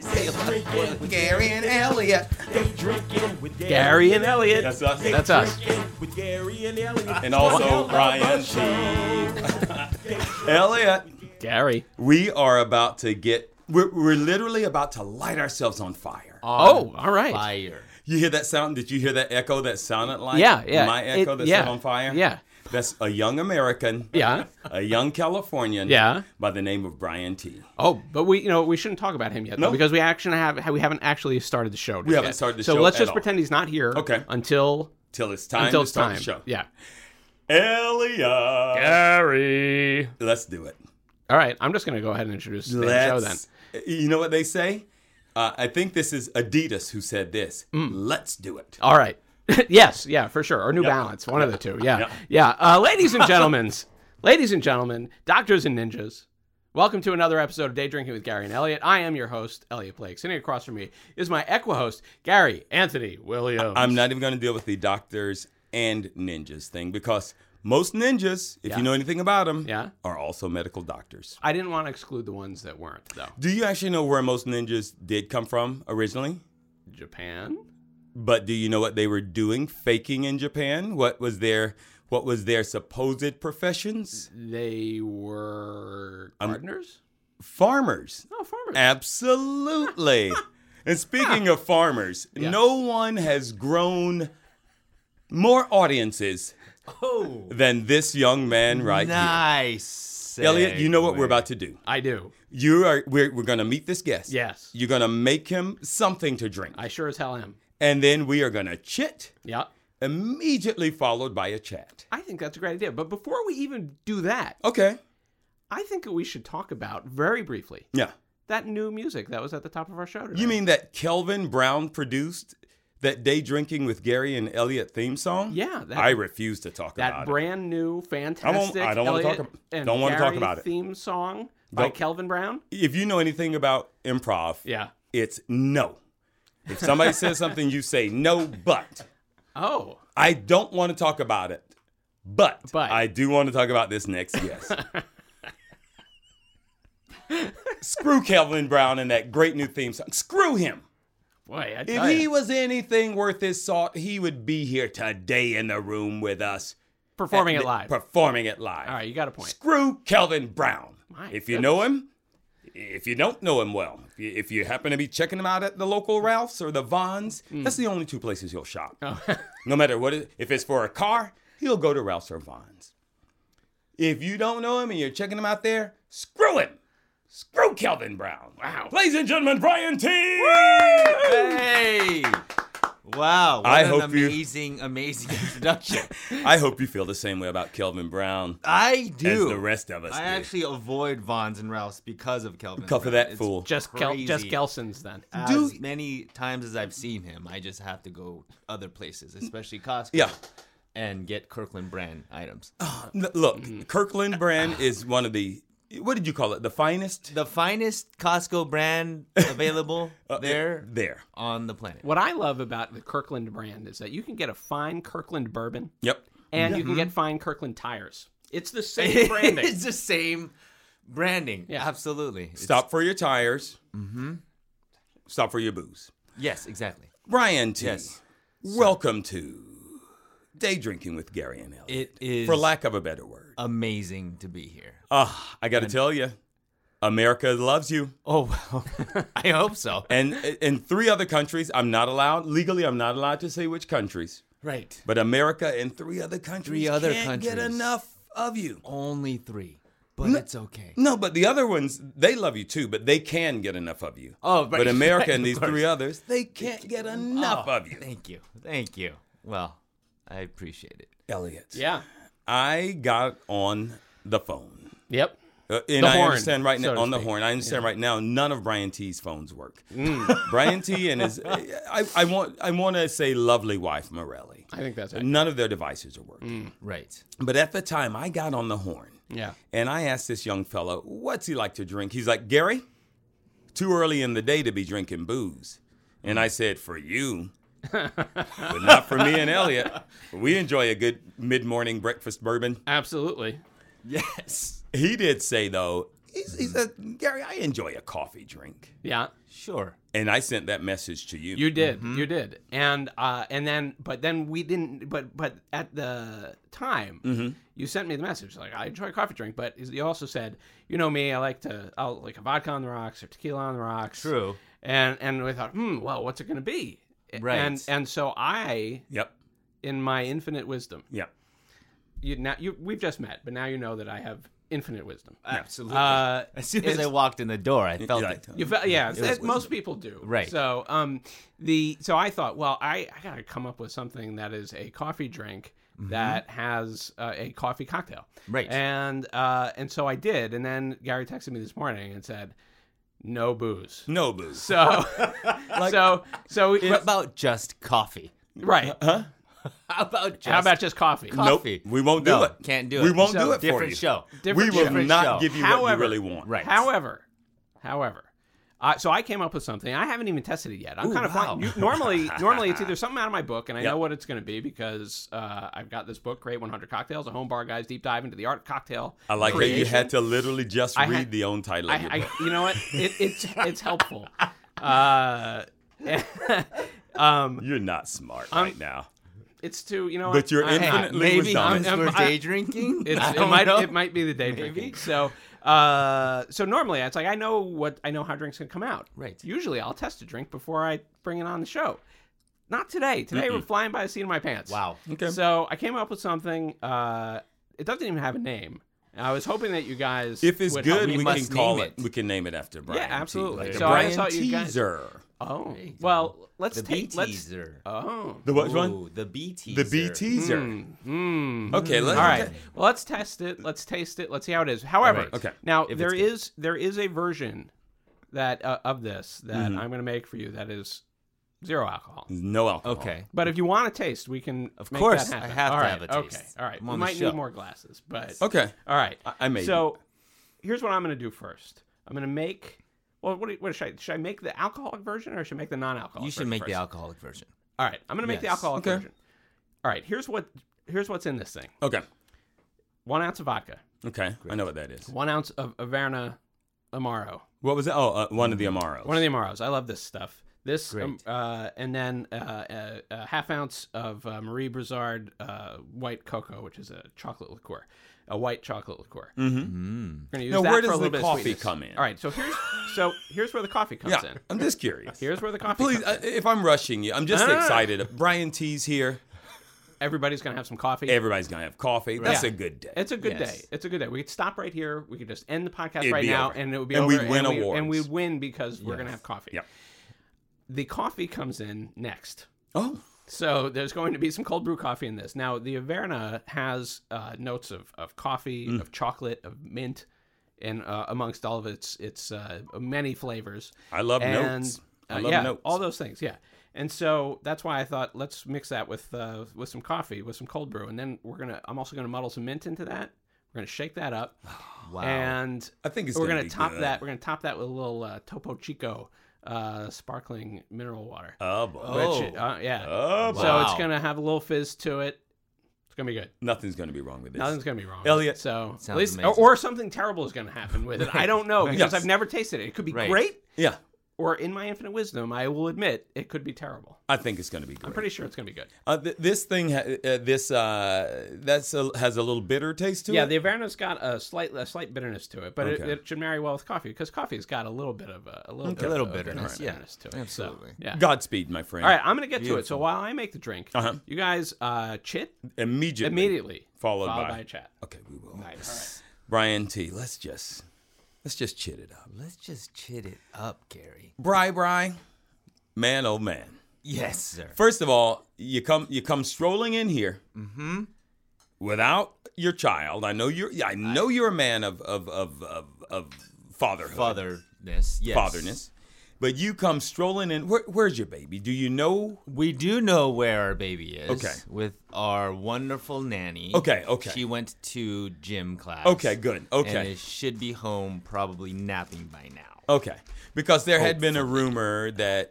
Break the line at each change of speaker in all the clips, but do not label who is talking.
drinking with
Gary and Elliot.
They drinking with
Gary and Elliot.
That's us.
They
That's us.
drinking With Gary and Elliot.
And also
Hell
Brian
of a
T.
show. They drink-
Elliot,
Gary.
we are about to get. We're, we're literally about to light ourselves on fire.
Oh, all right.
Fire.
You hear that sound? Did you hear that echo that sounded like
Yeah, yeah.
my echo
It-
that
yeah,
set on fire?
yeah.
That's a young American.
Yeah.
A young Californian.
Yeah.
By the name of Brian T.
Oh, but we you know we shouldn't talk about him yet though,
No.
because we actually have we haven't actually started the show.
We haven't started the
so
show
So let's
at
just
all.
pretend he's not here.
Okay.
Until
Till it's time to
until it's
start
time.
the show.
Yeah.
Elliot.
Gary.
Let's do it.
All right. I'm just gonna go ahead and introduce the
Let's. eh,
show then.
You know what they say? Uh, I think this is Adidas who said this.
Mm.
Let's do it.
All right. yes. Yeah. For sure. Or New Balance. One of the two. Yeah.
Yep.
Yeah. Uh, ladies and gentlemen, ladies and gentlemen, doctors and ninjas. Welcome to another episode of Day Drinking with Gary and Elliot. I am your host, Elliot Blake. Sitting across from me is my equa-host, Gary Anthony Williams.
I'm not even going to deal with the doctors and ninjas thing because most ninjas, if
Yeah.
you know anything about them,
Yeah.
are also medical doctors.
I didn't want to exclude the ones that weren't though.
Do you actually know where most ninjas did come from originally?
Japan.
But do you know what they were doing faking in Japan? What was their what was their supposed professions?
They were gardeners.
Farmers.
no farmers.
Absolutely. and speaking of farmers, no one has grown more audiences
Oh.
than this young man right
Nice.
here. Elliot, you know what we're
segue.
about to do.
I do.
You are we're, we're gonna meet this guest.
Yes.
You're gonna make him something to drink.
I sure as hell am.
and then we are gonna chit,
Yeah.
immediately followed by a chat.
I think that's a great idea. But before we even do that,
Okay.
I think that we should talk about very briefly
Yeah.
that new music that was at the top of our show today.
You mean that Kelvin Brown produced that day drinking with Gary and Elliot theme song?
Yeah, that-
I refuse to talk
that
about it.
brand new fantastic
I don't wanna
Elliot
talk ab-
and
don't wanna talk
Gary
about it.
theme song by
Don't-
Kelvin Brown?
If you know anything about improv,
Yeah.
it's no. If somebody says something, you say no, but
Oh.
I don't want to talk about it. But,
But.
I do want to talk about this next Yes. Screw Kelvin Brown and that great new theme song. Screw him.
Boy, I
If
tell
he
ya.
was anything worth his salt, he would be here today in the room with us.
performing
at
it
the-
live.
Performing it live.
All right, you got a point.
Screw Kelvin Brown.
My
if you know him, if you don't know him well, if you, if you happen to be checking him out at the local Ralph's or the Vons,
Hmm.
that's the only two places he'll shop.
Uh.
no matter what, it, if it's for a car, he'll go to Ralph's or Vons. If you don't know him and you're checking him out there, screw him. Screw Kelvin Brown.
Wow.
Ladies and gentlemen, Brian T.
Hey. Wow. What
I
an
hope you-
amazing, amazing introduction.
I hope you feel the same way about Kelvin Brown
I
as
do.
the rest of us
I
do.
actually avoid Vons and Ralphs because of Kelvin.
Cuff of
Brown.
that
It's
fool.
Just Kel- just
Crazy.
Gelson's then.
As
Do-
many times as I've seen him, I just have to go other places, especially Costco.
Yeah. Oh.
And get Kirkland brand items.
N- Look, Kirkland brand is one of the what did you call it? The finest
The finest Costco brand
Uh,
available there
there.
on the planet.
What I love about the Kirkland brand is that you can get a fine Kirkland bourbon
Yep.
and you can
Mm-hmm.
get fine Kirkland tires. It's the same branding.
it's the same branding.
Yeah.
Absolutely. It's-
Stop for your tires. Mm-hmm. Stop for your booze.
yes, exactly.
Brian T.
Yes.
Welcome to Day Drinking with Gary and Ellie.
It is
for lack of a better word.
amazing to be here.
Ah, I got to tell you, America loves you.
Oh well, I hope so.
And in three other countries, I'm not allowed legally. I'm not allowed to say which countries,
Right.
but America and three other countries
Three other
can't get
countries.
enough of you.
Only three, but it's okay.
No, but the other ones, they love you too, but they can get enough of you.
Oh, right,
But America
right,
and
of
these
course.
three others, they can't get enough
Oh,
of you.
Thank you. Thank you. Well, I appreciate it.
Elliot.
yeah.
I got on the phone.
Yep.
Uh, and
The
I
horn,
understand right
so
now
to
on the
speak.
horn. I understand right now none of Brian T's phones work. Brian T and his I, I want I want to say lovely wife Morelli.
I think that's it.
None of their devices are working.
Right.
But at the time I got on the horn.
Yeah.
And I asked this young fellow, what's he like to drink? He's like, Gary, too early in the day to be drinking booze. And I said, for you, but not for me and Elliot. We enjoy a good mid morning breakfast bourbon.
Absolutely.
Yes.
He did say, though, he's, he said, Gary, I enjoy a coffee drink.
Yeah.
Sure.
And I sent that message to you.
You did.
Mm-hmm.
You did. And uh and then but then we didn't but but at the time
Mm-hmm.
you sent me the message like I enjoy a coffee drink, but you also said, you know me, I like to I'll like a vodka on the rocks or tequila on the rocks.
True.
And and we thought, hmm, well, what's it gonna be?
Right.
And and so I,
Yep.
in my infinite wisdom,
Yep.
you now you we've just met, but now you know that I have infinite wisdom.
Absolutely.
Uh,
as soon as I
it's-
walked in the door, I felt
Yeah,
it.
You felt, yeah, as
was
most people do.
Right.
So, um, the so I thought, well, I, I gotta come up with something that is a coffee drink that has uh, a coffee cocktail.
Mm-hmm. Right.
And uh, and so I did, and then Gary texted me this morning and said, no booze.
No booze.
So, so so
What about just coffee?
right.
How about just
How about just coffee?
nope.
coffee?
We won't do
No,
it.
Can't do it.
We won't
So,
do it for
Different
you.
show.
We
Different
will
different
not
show.
give you what you
However-
really want.
Right.
However, however, uh, so I came up with something. I haven't even tested it yet. I'm kind of
wow.
wanting- you- normally normally it's either something out of my book, and I
Yep.
know what it's going to be because uh, I've got this book, Great 100 Cocktails, a home bar guys deep dive into the art of cocktail.
I like that you
creation.
had to literally just
I
read
had-
the own title of your
I,
book.
I, you know what? It, it's it's helpful. Uh, um,
You're not smart right now.
it's to you know.
But
what?
you're
I-
infinite-
Hey,
Definitely was
maybe
done.
it's for
Um, I-
day drinking. I
It's, it
don't
might
know.
it might be the day drinking. So uh, so normally it's like I know what I know how drinks can come out.
Right.
Usually I'll test a drink before I bring it on the show. Not today. Today we're flying by the seat of my pants.
Wow.
Okay.
So I came up with something. Uh, it doesn't even have a name. And I was hoping that you guys
If it's
would help
good,
me
we
must-
can
must
call
name
it.
it.
We can name it after Brian. T.
absolutely.
Like the
So I
Brian
thought you guys-
teaser.
Oh
you go.
well, let's
The B
take let's.
teaser.
Oh.
The what one?
Ooh, The B teaser.
The B teaser.
Mm.
Okay, let's
All right. Well, let's test it. Let's taste it. Let's see how it is. However,
right.
Okay.
Now
If it's
there
good.
is there is a version that uh, of this that
Mm-hmm.
I'm going to make for you that is zero alcohol.
No alcohol.
Okay.
But if you want to taste, we can. Of
course, I have to have a
Okay.
taste.
All right.
I'm
we
on the
might
show.
need more glasses, but
Okay.
All right.
I- I made
So here's what I'm going to do first. I'm going to make. Well, what, do you- what should I should I make the alcoholic version or should I make the non-alcoholic?
You should
version
make
first?
Oh, the alcoholic version.
All right, I'm gonna make the
Yes.
alcoholic
Okay.
version. All right, here's what here's what's in this thing:
Okay.
one ounce of vodka,
Okay. I know what that is.
one ounce of Averna Amaro,
What was it? Oh, uh, one of the Amaros.
Hmm. one of the Amaros. I love this stuff. This, um,
Great.
uh, and then uh, a, a half ounce of uh, Marie Brizard uh, white cocoa, which is a chocolate liqueur, a white chocolate liqueur.
Hmm?
Mm-hmm.
Hmm.
We're gonna use
Mm. Now,
that
where
for
does
a little
the
bit of
coffee
sweetness.
come in?
All right, so here's so here's where the coffee comes
yeah.
in.
I'm just curious.
Here's where the coffee.
Please,
comes
uh,
in.
if I'm rushing you, I'm just
No, no, no.
excited. Brian T's here. uh,
everybody's gonna have some coffee.
Everybody's gonna have coffee. That's
Yeah.
a good day.
It's a good
Yes.
day. It's a good day. We could stop right here. We could just end the podcast
It'd
right
be
now,
over.
and it would be
And
over.
we'd win
and
awards.
and we'd win because we're gonna
Yes.
have coffee.
Yep.
The coffee comes in next,
oh,
so there's going to be some cold brew coffee in this. Now, the Averna has uh, notes of of coffee,
Mm.
of chocolate, of mint, and uh, amongst all of its its uh, many flavors.
I love
and,
notes. I
uh,
love
yeah,
notes.
all those things. Yeah. And so that's why I thought let's mix that with uh, with some coffee, with some cold brew, and then we're gonna. I'm also gonna muddle some mint into that. We're gonna shake that up,
Wow.
and
I think it's
we're
gonna
gonna
be
top
good.
that. We're gonna top that with a little uh, Topo Chico uh, sparkling mineral water.
Oh boy.
Oh.
Which, uh, yeah.
Oh,
so
boy.
wow.
it's gonna have a little fizz to it. It's gonna be good.
Nothing's gonna be wrong with this.
Nothing's gonna be wrong.
Elliot,
so at
sounds
least, or,
amazing.
or something terrible is gonna happen with it. I don't know because
Yes.
I've never tasted it. It could be
Right.
great,
Yeah,
or in my infinite wisdom, I will admit it could be terrible.
I think it's gonna be great.
I'm pretty sure it's gonna be good.
Uh, th- this thing, ha- uh, this uh, that's a, has a little bitter taste to
Yeah,
it.
the Averna's got a slight a slight bitterness to it, but
Okay.
it, it should marry well with coffee because coffee's got a little bit of a, a little, bit
A little
of
bitterness, yeah.
to it. so,
Absolutely.
yeah.
Godspeed, my friend.
All right, I'm gonna get to it. So while I make the drink,
Uh-huh.
you guys uh, chit
Immediately.
immediately,
Followed by-
by a chat.
Okay, we will.
Nice.
Brian T. Let's just let's just chit it up.
Let's just chit it up, Gary.
Bri, Bri, man, oh man.
Yes, sir.
First of all, you come you come strolling in here without your child. I know you're. I know you're a man of of of of, of fatherhood,
Fatherness. Yes.
fatherness. But you come strolling in. Where, where's your baby? Do you know?
We do know where our baby is.
Okay.
With our wonderful nanny.
Okay, okay.
She went to gym class.
Okay, good.
And
Okay,
it should be home, probably napping by now.
okay. Because there had been a rumor that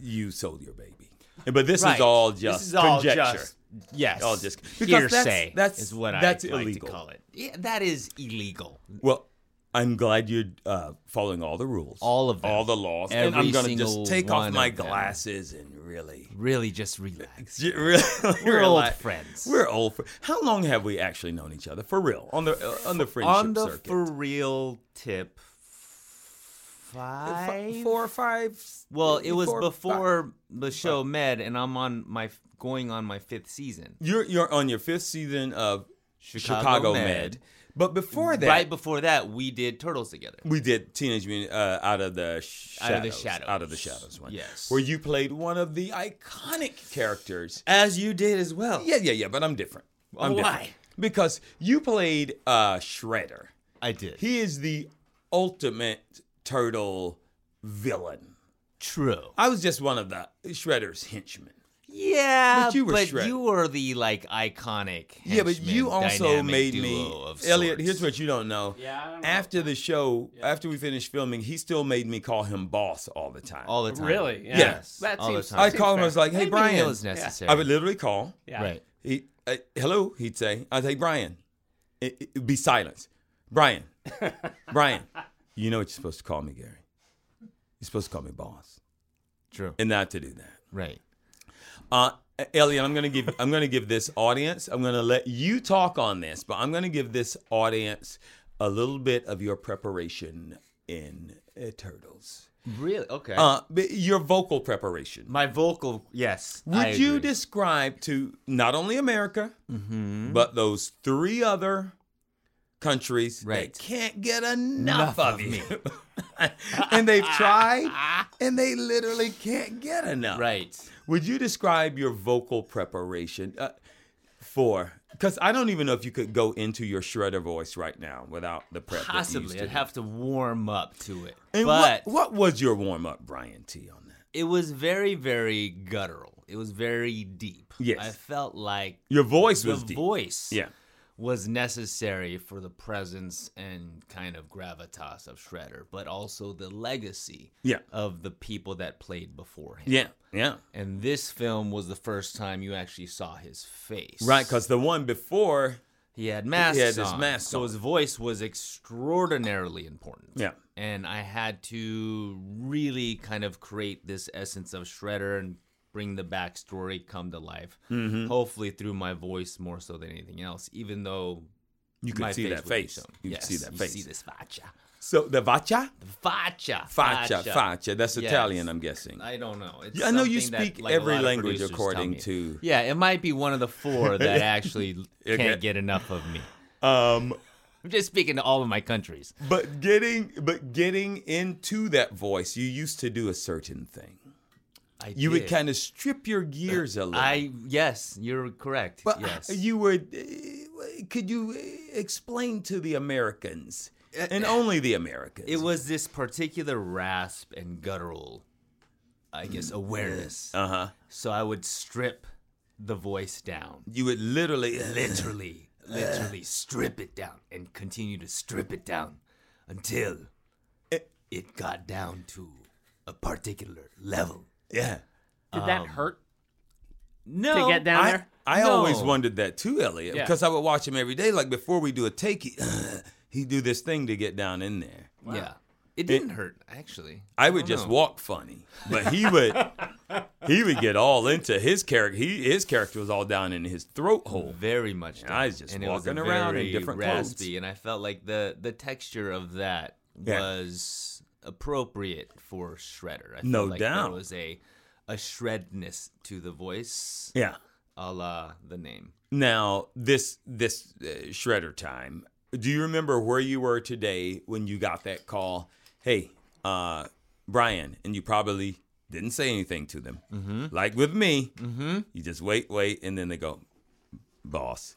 you sold your baby, but this is
Right.
all just
this is all
conjecture.
Just, yes.
All just- because that's-
hearsay.
that's-
is what
that's
I like
illegal.
to call it. Yeah, that is illegal.
Well, I'm glad you're uh, following all the rules,
All of them.
all the laws, and
Every
I'm gonna just
single
take off
one
my
of them.
glasses and really,
Really, just relax.
j- really
We're
rela-
old friends.
We're old. Fr- How long have we actually known each other for real on the uh, on the friendship
on the
circuit?
for real tip.
Fi-
Five.
four or five. s-
Well, it was
four or five.
before the show Med, and I'm on my f- going on my fifth season.
You're you're on your fifth season of Chicago,
Chicago
Med.
Med.
but before that,
Right before that, we did Turtles together.
we did Teenage Mutant uh, out of the shadows,
Out of the Shadows.
out of the shadows one.
Yes.
where you played one of the iconic characters.
As you did as well.
Yeah, yeah, yeah, but I'm different. I'm Different.
Why?
Because you played uh, Shredder.
I did.
He is the ultimate turtle villain.
True.
I was just one of the Shredder's henchmen.
Yeah,
But you were
but
shredded.
you were the like iconic.
yeah, but you
henchman
also
dynamic
made
duo
me
of
Elliot.
sorts.
Here's what you don't know.
Yeah, I don't know
After the show, after we finished filming, he still made me call him boss all the time.
all the time.
Really? Yeah.
Yes.
That
All the
seems,
time.
I call him. I was like, "Hey,
Maybe
Brian."
it was necessary.
I would literally call.
Yeah.
Right.
He, uh, hello, he'd say. I'd say, Brian, it, it- be silence. Brian, Brian, you know what you're supposed to call me, Gary. You're supposed to call me boss,
True.
and not to do that.
Right.
Uh, Elliot, I'm gonna give I'm gonna give this audience. I'm gonna let you talk on this, but I'm gonna give this audience a little bit of your preparation in uh, turtles.
Really? Okay.
Uh, but your vocal preparation.
My vocal, yes.
Would
I
you
agree.
describe to not only America,
Mm-hmm.
but those three other countries
Right.
that can't get enough, of, you? and they've tried, and they literally can't get enough.
right?
Would you describe your vocal preparation uh, for? Because I don't even know if you could go into your shredder voice right now without the prep. that you used
Possibly,
to
I'd
do.
have to warm up to it.
And
but
what, what was your warm up, Brian T, on that?
it was very, very guttural. It was very deep.
Yes.
I felt like
Your voice was
the
deep.
voice
Yeah.
was necessary for the presence and kind of gravitas of Shredder, but also the legacy
Yeah.
of the people that played before him.
Yeah. Yeah.
And this film was the first time you actually saw his face.
Right, because the one before,
he had masks
had his
on,
mask
so
on.
his voice was extraordinarily important.
Yeah.
And I had to really kind of create this essence of Shredder and bring the backstory come to life,
Mm-hmm.
hopefully through my voice more so than anything else, even though
you could
my
see that
would be
face.
shown.
You
yes,
could see that
you
face.
see this facha.
So the vacha,
Facha.
facha, facha. That's
Yes.
Italian, I'm guessing.
I don't know. It's
Yeah, I know you
something that,
speak
like, a
every
lot of
language
producers tell
according
me.
to-
Yeah, it might be one of the four that actually
Okay.
can't get enough of me.
Um,
I'm just speaking to all of my countries.
but getting, but getting into that voice, you used to do a certain thing.
I
You would
did.
kind of strip your gears a little.
I yes, you're correct.
but
yes.
you would. uh, Could you explain to the Americans and only the Americans?
Eh, it was this particular rasp and guttural I guess awareness.
Uh huh.
So I would strip the voice down.
You would literally.
literally, literally strip it down and continue to strip it down until it got down to a particular level.
Yeah.
Did
um,
that hurt?
No,
To get down
I,
there?
I always
No.
wondered that too, Elliot,
Yeah.
because I would watch him every day. Like before we do a take, he, he do this thing to get down in there.
Yeah, it didn't hurt actually.
I would
don't
just
Oh.
know.
walk funny, but he would he would get all into his character. He his character was all down in his throat hole.
Very much. Down.
I was just
and it was
walking around in
very
different clothes.
raspy, and I felt like the the texture of that
Yeah.
was appropriate for Shredder. I felt
No
like
doubt.
there was a a shredness to the voice,
Yeah.
a la the name.
Now this this uh, shredder time. Do you remember where you were today when you got that call? Hey, uh, Brian, and you probably didn't say anything to them.
Mm-hmm.
Like with me, you just wait, wait, and then they go, "Boss,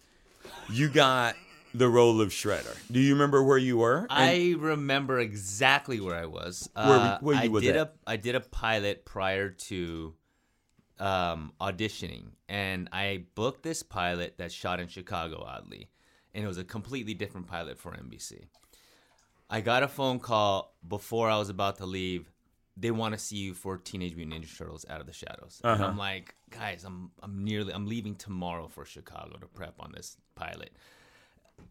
you got the role of shredder." Do you remember where you were? And-
I remember exactly where I was.
were-
Uh,
where you
I
was
did
at?
a I did a pilot prior to um, auditioning, and I booked this pilot that shot in Chicago, oddly, and it was a completely different pilot for NBC. I got a phone call before I was about to leave. They want to see you for Teenage Mutant Ninja Turtles: Out of the Shadows, and
Uh-huh.
I'm like, guys, I'm I'm nearly I'm leaving tomorrow for Chicago to prep on this pilot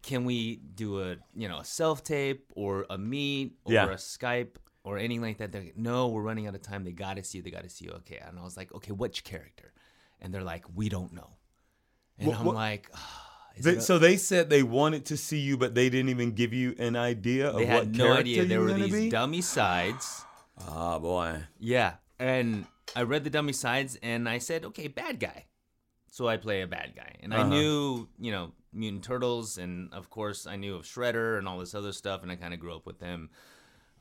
can we do a you know a self tape or a meet or
Yeah.
a Skype or anything like that? They're like, no, we're running out of time. They got to see you. They got to see you. Okay, and I was like, okay, which character? And they're like, we don't know. And
Wha-
I'm
wha-
like, ah, is
They,
it a-
so they said they wanted to see you, but they didn't even give you an idea of
they
what
had no
character
idea
you
there were
gonna
these
be?
dummy sides.
oh boy.
Yeah, and I read the dummy sides, and I said, okay, bad guy. So I play a bad guy, and
Uh-huh.
I knew, you know, Mutant Turtles, and of course I knew of Shredder and all this other stuff, and I kind of grew up with them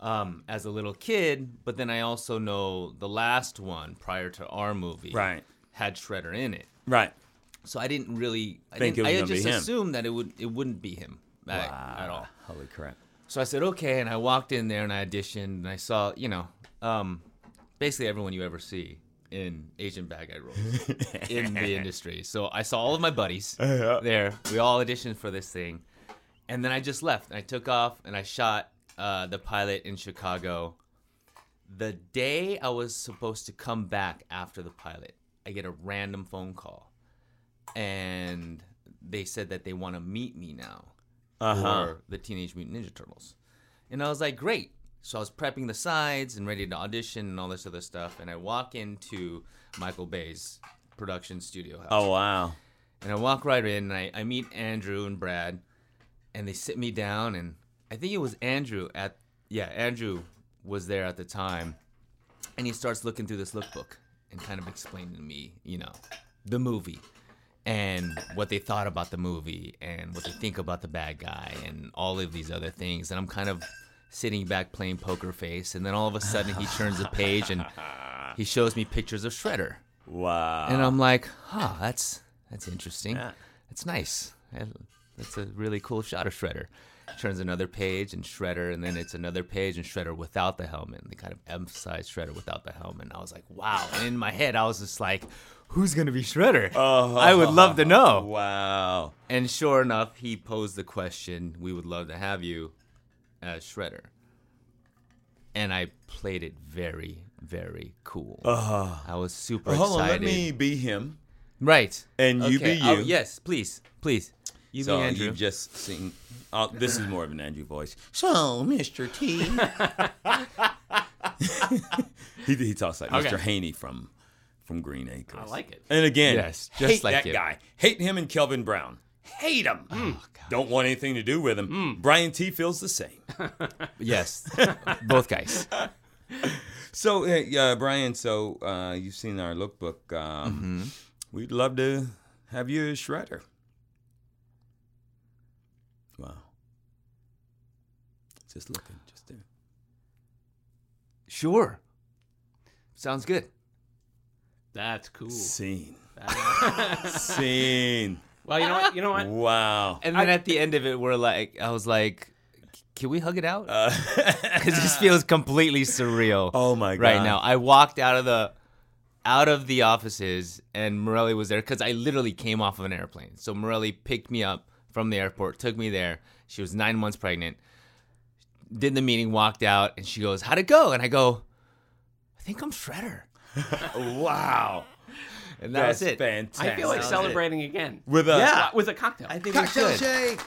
um, as a little kid. But then I also know the last one prior to our movie,
Right.
had Shredder in it,
Right.
so I didn't really I
Think
didn't,
it was
I
gonna be
just
him.
assumed that it would it wouldn't be him uh, at all.
Holy crap.
So I said, okay. And I walked in there and I auditioned and I saw, you know, um, basically everyone you ever see in Asian bad guy roles in the industry. So I saw all of my buddies there. We all auditioned for this thing. And then I just left. I took off and I shot uh, the pilot in Chicago. The day I was supposed to come back after the pilot, I get a random phone call. And they said that they want to meet me now
Uh-huh.
for the Teenage Mutant Ninja Turtles. And I was like, great. So I was prepping the sides and ready to audition and all this other stuff. And I walk into Michael Bay's production studio house.
Oh wow.
And I walk right in and I, I meet Andrew and Brad. And they sit me down. And I think it was Andrew at, yeah, Andrew was there at the time. And he starts looking through this lookbook and kind of explaining to me, you know, the movie and what they thought about the movie and what they think about the bad guy and all of these other things. And I'm kind of sitting back playing poker face. And then all of a sudden he turns a page and he shows me pictures of Shredder.
Wow.
And I'm like, huh, that's that's interesting.
Ah. Yeah.
That's nice. I- That's a really cool shot of Shredder. Turns another page and Shredder, and then it's another page and Shredder without the helmet. And they kind of emphasize Shredder without the helmet. And I was like, wow. And in my head, I was just like, who's going to be Shredder?
Uh-huh.
I would love to know.
Wow.
And sure enough, he posed the question, "We would love to have you as Shredder." And I played it very, very cool. I was super
Uh-huh. Hold on,
excited.
let me be him.
Right.
And you be
Okay. Oh,
you.
yes, please, please. You
So
be Andrew.
you just sing. Uh, this is more of an Andrew voice. So, Mr. T. he, he talks like
Okay.
Mr. Haney from from Green Acres.
I like it.
And again,
Yes, just
hate
like
that
him.
guy. Hate him and Kelvin Brown. Hate him. Don't want anything to do with him. Brian T feels the same.
yes, both guys.
So, uh, uh, Brian, so uh, you've seen our lookbook. Um, We'd love to have you as Shredder. Wow. Just looking, just there.
Sure. Sounds good.
That's cool.
Scene. Scene.
Well, you know what? You know what?
Wow.
And then at the end of it, we're like, I was like, "C- "Can we hug it out?"
Uh,
Because this feels completely surreal.
oh my god.
right now. I walked out of the out of the offices and Morelli was there because I literally came off of an airplane. So Morelli picked me up from the airport, took me there. She was nine months pregnant. Did the meeting, walked out, and she goes, "How'd it go?" And I go, "I think I'm Shredder."
Wow.
And that
That's
was it.
fantastic.
I feel like
Sounds
celebrating again
With a
Uh, with a cocktail.
I think
cocktail
we should.
shake.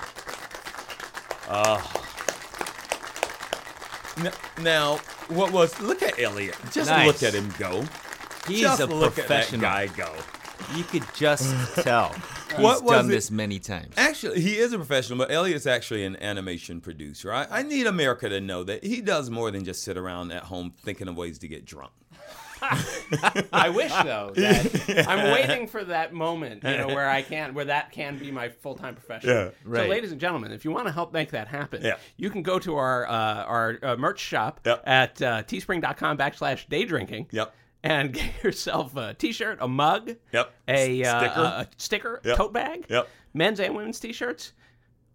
Oh. N- Now, what was? Look at Elliot. Just
Nice.
look at him go.
He's
just
a
look
professional.
at that guy go.
You could just tell. He's
What was
done
it-
this many times.
Actually, he is a professional, but Elliot's actually an animation producer. I, I need America to know that he does more than just sit around at home thinking of ways to get drunk.
I wish though. That I'm waiting for that moment, you know, where I can, where that can be my full time profession.
Yeah.
So,
Right.
ladies and gentlemen, if you want to help make that happen,
Yeah.
you can go to our uh, our uh, merch shop
Yep.
at uh, teespring.com backslash day drinking.
Yep.
And get yourself a T-shirt, a mug,
Yep.
a
S-
uh,
sticker.
a- a sticker,
Yep.
tote bag,
Yep.
men's and women's T-shirts.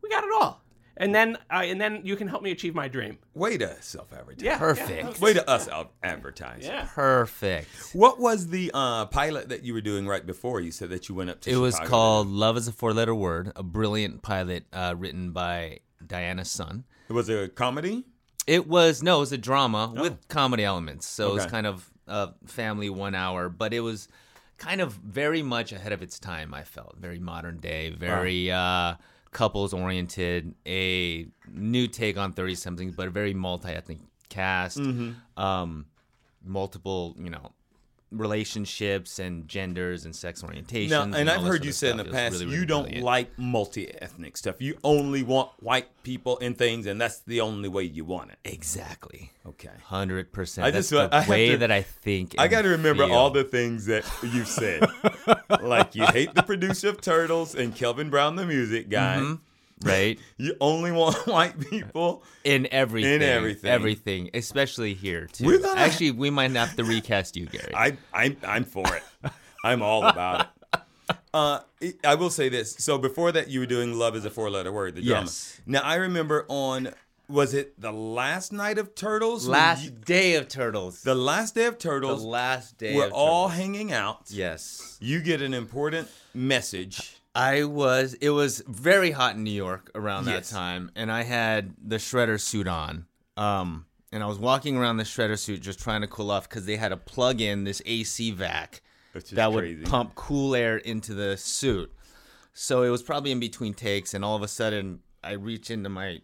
We got it all, and then uh, and then you can help me achieve my dream.
Way to self-advertise.
Yeah,
Perfect.
Way to us out- advertise.
Yeah.
Perfect.
What was the uh, pilot that you were doing right before? You said that you went up to.
It was
Chicago.
called Love is a Four Letter Word, a brilliant pilot uh, written by Diana Sun.
It was a comedy.
It was no, it was a drama with comedy elements. So it was
Oh. Okay.
kind of a family one hour, but it was kind of very much ahead of its time. I felt very modern day, very uh, couples oriented, a new take on 30 somethings, but a very multi ethnic cast,
Mm-hmm.
um, multiple, you know, relationships and genders and sex orientations.
Now, and, I've
all this
heard
other
you say in the
stuff. It was
past
really,
you
really
don't
brilliant.
like multi-ethnic stuff. You only want white people in things, and that's the only way you want it.
Exactly.
Okay.
Hundred percent.
I
That's
just want-
the
I have
way
to-
that I think.
I
and
got to remember all
feel.
the things that you've said. like you hate the producer of Turtles and Kelvin Brown, the music guy.
Mm-hmm. right
You only want white people.
in everything.
everything.
everything, especially here too.
We're gonna-
Actually, we might have to recast you, Gary.
I, I I'm for it. I'm all about it. Uh, it- I will say this. So before that, you were doing "Love Is a Four Letter Word," the
Yes.
drama. Now I remember on was it the last night of Turtles? when
last
you-
day of turtles.
the last day of
The
Turtles.
last day.
we're
of
all
Turtles.
hanging out.
Yes,
You get an important message.
I was. It was very hot in New York around
Yes.
that time, and I had the shredder suit on. Um, and I was walking around the shredder suit just trying to cool off because they had to plug in this AC vac.
Which is
that
crazy.
would pump cool air into the suit. So it was probably in between takes, and all of a sudden I reach into my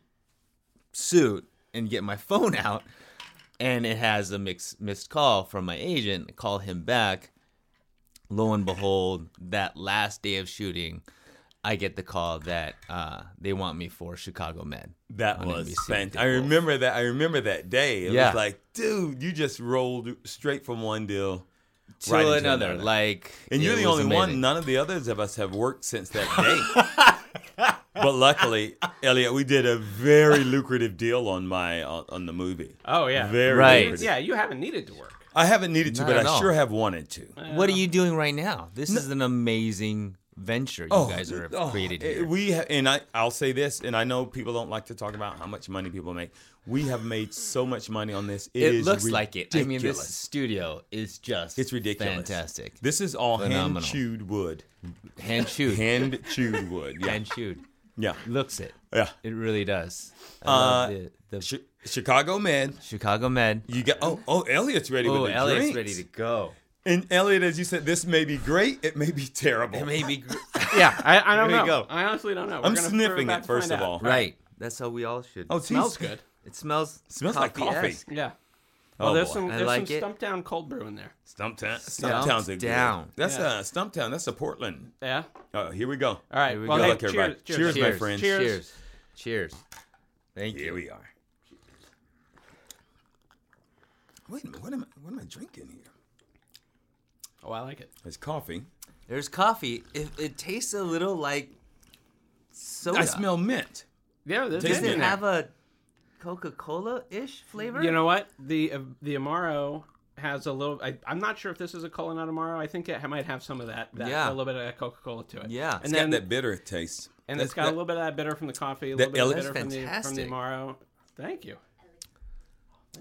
suit and get my phone out, and it has a mix, missed call from my agent. I call him back. Lo and behold, that last day of shooting, I get the call that uh, they want me for Chicago Med.
That
on
was
NBC.
fantastic. I remember that. I remember that day. It
Yeah.
was like, dude, you just rolled straight from one deal
to
right into
another, like,
And you're
it
the
was
only one.
amazing.
None of the others of us have worked since that day. but luckily, Elliot, we did a very lucrative deal on my on, on the movie.
Oh yeah.
Very
Right.
lucrative.
Yeah, you haven't needed to work.
I haven't needed to,
Not
but
at
I
all.
sure have wanted to.
What are you doing right now? This is an amazing venture you guys are
oh,
created
eh,
here.
We ha- and I, I'll say this, and I know people don't like to talk about how much money people make. We have made so much money on this.
it
is
looks like it. I mean, this
ridiculous.
studio is just
It's ridiculous.
fantastic.
This is all hand
Phenomenal.
chewed wood.
Hand chewed, hand,
Hand chewed wood. Yeah.
chewed,
Yeah.
looks it.
Yeah.
It really does. I
Uh,
love the, the
Chi- Chicago Med.
Chicago Med.
You got oh oh Elliot's ready
Oh,
with the
Elliot's
drinks.
ready to go.
And Elliot, as you said, this may be great, it may be terrible.
It may be gr-
Yeah, I, I don't
There
know.
you go.
I honestly don't know. We're
I'm
gonna- we're
sniffing
about
it
to
first
find
of
out.
all.
right. That's how we all should.
Oh,
it
geez.
Smells good.
It smells
Smells like
coffee-esque.
Yeah.
Oh,
well, there's
boy.
some
I
there's
like
some
it.
Stumptown cold brew in there.
Stumptown. Stumptown's
Stumped
a good.
down.
That's
Yeah.
uh Stumptown. That's a Portland.
Yeah.
Oh, here we go.
All right.
Here we
well,
go.
hey,
Look, everybody.
cheers, cheers,
Cheers, my
Cheers,
friend.
Cheers.
Cheers.
Cheers. Thank
Here
you.
we are. Wait a minute. What am I? What am I drinking here?
Oh, I like it.
It's coffee.
There's coffee. It, it tastes a little like soda.
I smell mint.
Yeah, there's
Tastes
Does
mint
good.
in
it
there.
have a Coca Cola ish flavor?
You know what? The uh, the Amaro has a little. I, I'm not sure if this is a cola not Amaro. I think it ha- might have some of that. that
Yeah.
A little bit of that Coca-Cola to it.
Yeah.
And
It's
It's
then
got that bitter taste.
and
That's
it's got
that-
a little bit of that bitter from the coffee. A
that
little bit of
ele-
That's
bitter from the from the
fantastic.
Amaro. Thank you.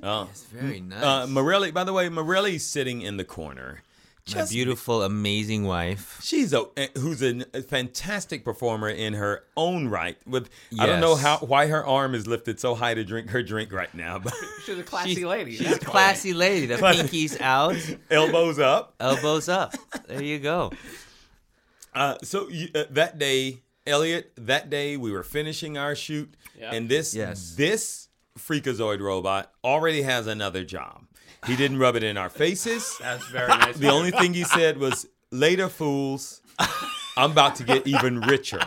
Oh.
It's very nice.
Uh, Morelli. By the way, Morelli's sitting in the corner.
My
Just
beautiful, amazing wife.
She's a eh, who's a fantastic performer in her own right. With I don't
Yes.
know how why her arm is lifted so high to drink her drink right now, but
She's a classy lady.
She's a
that's why.
classy lady. The pinkies out,
elbows up.
elbows up. There you go.
Uh, so you, uh, that day, Elliot, that day we were finishing our shoot,
Yeah.
and this
Yes.
this freakazoid robot already has another job. He didn't rub it in our faces.
That's very nice.
The only thing he said was, "Later, fools. I'm about to get even richer."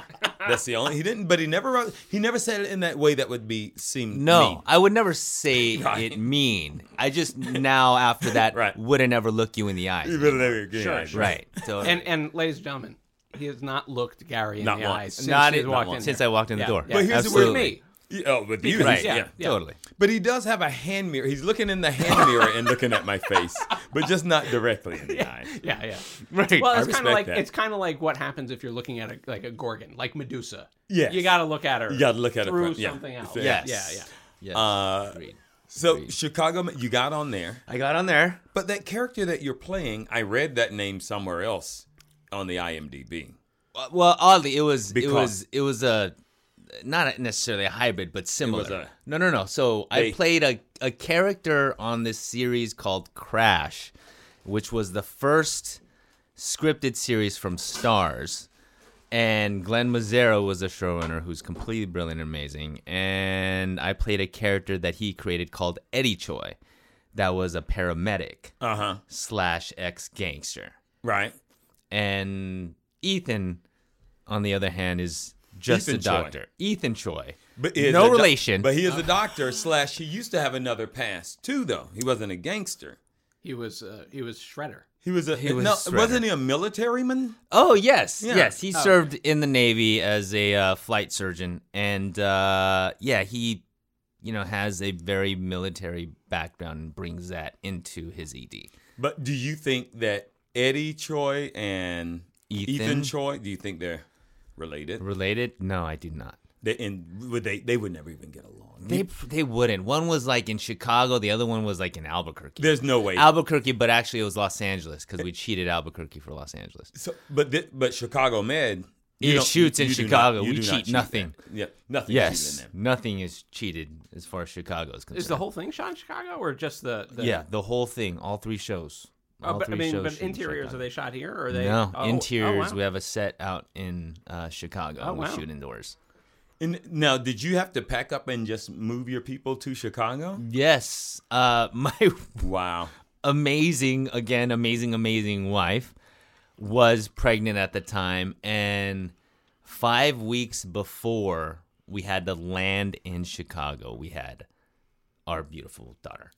That's the only he didn't, but he never wrote, he never said it in that way that would be seem
No,
mean.
I would never say
Right.
it mean. I just now after that
Right.
wouldn't ever look you in the eyes.
Even though you're gay,
Sure,
I
sure.
guess.
Right. So
And and ladies and gentlemen, he has not looked Gary in
Not
the
once.
eyes since
not
he's
in-
walked in.
since
there.
I walked in the
Yeah,
door.
yeah. But
here's the word
Absolutely.
with
me.
Yeah, Oh, with you,
Right.
yeah.
Yeah, Totally.
But he does have a hand mirror. He's looking in the hand mirror and looking at my face, but just not directly in the eye.
Yeah, yeah.
Right.
Well,
I
it's kind of
respect
like
that.
it's kind of like what happens if you're looking at a like a gorgon, like Medusa.
Yes.
you got to look at her.
You gotta look at it
through
from- yeah.
something else.
yes.
Yeah, yeah.
Yes.
Uh,
Agreed.
so Chicago, you got on there,
I got on there.
but that character that you're playing, I read that name somewhere else on the IMDb.
Uh, Well, oddly, it was
Because-
it was it was a not necessarily a hybrid, but similar.
a-
no, no, no. So
They-
I played a a character on this series called Crash, which was the first scripted series from Stars and Glenn Mazzaro was the showrunner, who's completely brilliant and amazing. And I played a character that he created called Eddie Choi, that was a paramedic
Uh huh.
slash ex gangster.
Right.
And Ethan, on the other hand, is just
Ethan
a
Choi.
doctor. Ethan Choi,
But he is
no
a doc-
relation.
but he is a doctor slash. He used to have another past too, though. He wasn't a gangster.
He was uh, he was Shredder.
He was a
He was
no,
Shredder.
wasn't he a military man?
Oh yes,
Yeah.
yes. He served in the Navy as a uh, flight surgeon, and uh, yeah, he, you know, has a very military background and brings that into his E ED.
But do you think that Eddie Choi and
Ethan?
Ethan, Choi? Do you think they're related?
Related? No, I do not.
They and would they they would never even get along.
They they wouldn't. One was like in Chicago, the other one was like in Albuquerque.
There's no way.
Albuquerque, but actually it was Los Angeles because we cheated Albuquerque for Los Angeles.
So, but thi- but Chicago Med.
It
don't-
shoots in
do not-
Chicago.
you
We
do not
cheat nothing.
there. Yeah, nothing. Yes.
Yes,
In there.
nothing is cheated as far as Chicago is concerned.
Is the whole thing shot in Chicago or just the, the
yeah the whole thing, all three shows.
Oh,
All
but I
three
mean,
shows
but
shoot in
interiors
Chicago.
are they shot here or are they?
No,
oh,
interiors.
Oh, wow.
We have a set out in uh, Chicago.
Oh,
and we
wow.
shoot indoors.
And now, did you have to pack up and just move your people to Chicago?
Yes, uh, my
Wow.
amazing, again, amazing, amazing wife was pregnant at the time, and five weeks before we had to land in Chicago, we had our beautiful daughter.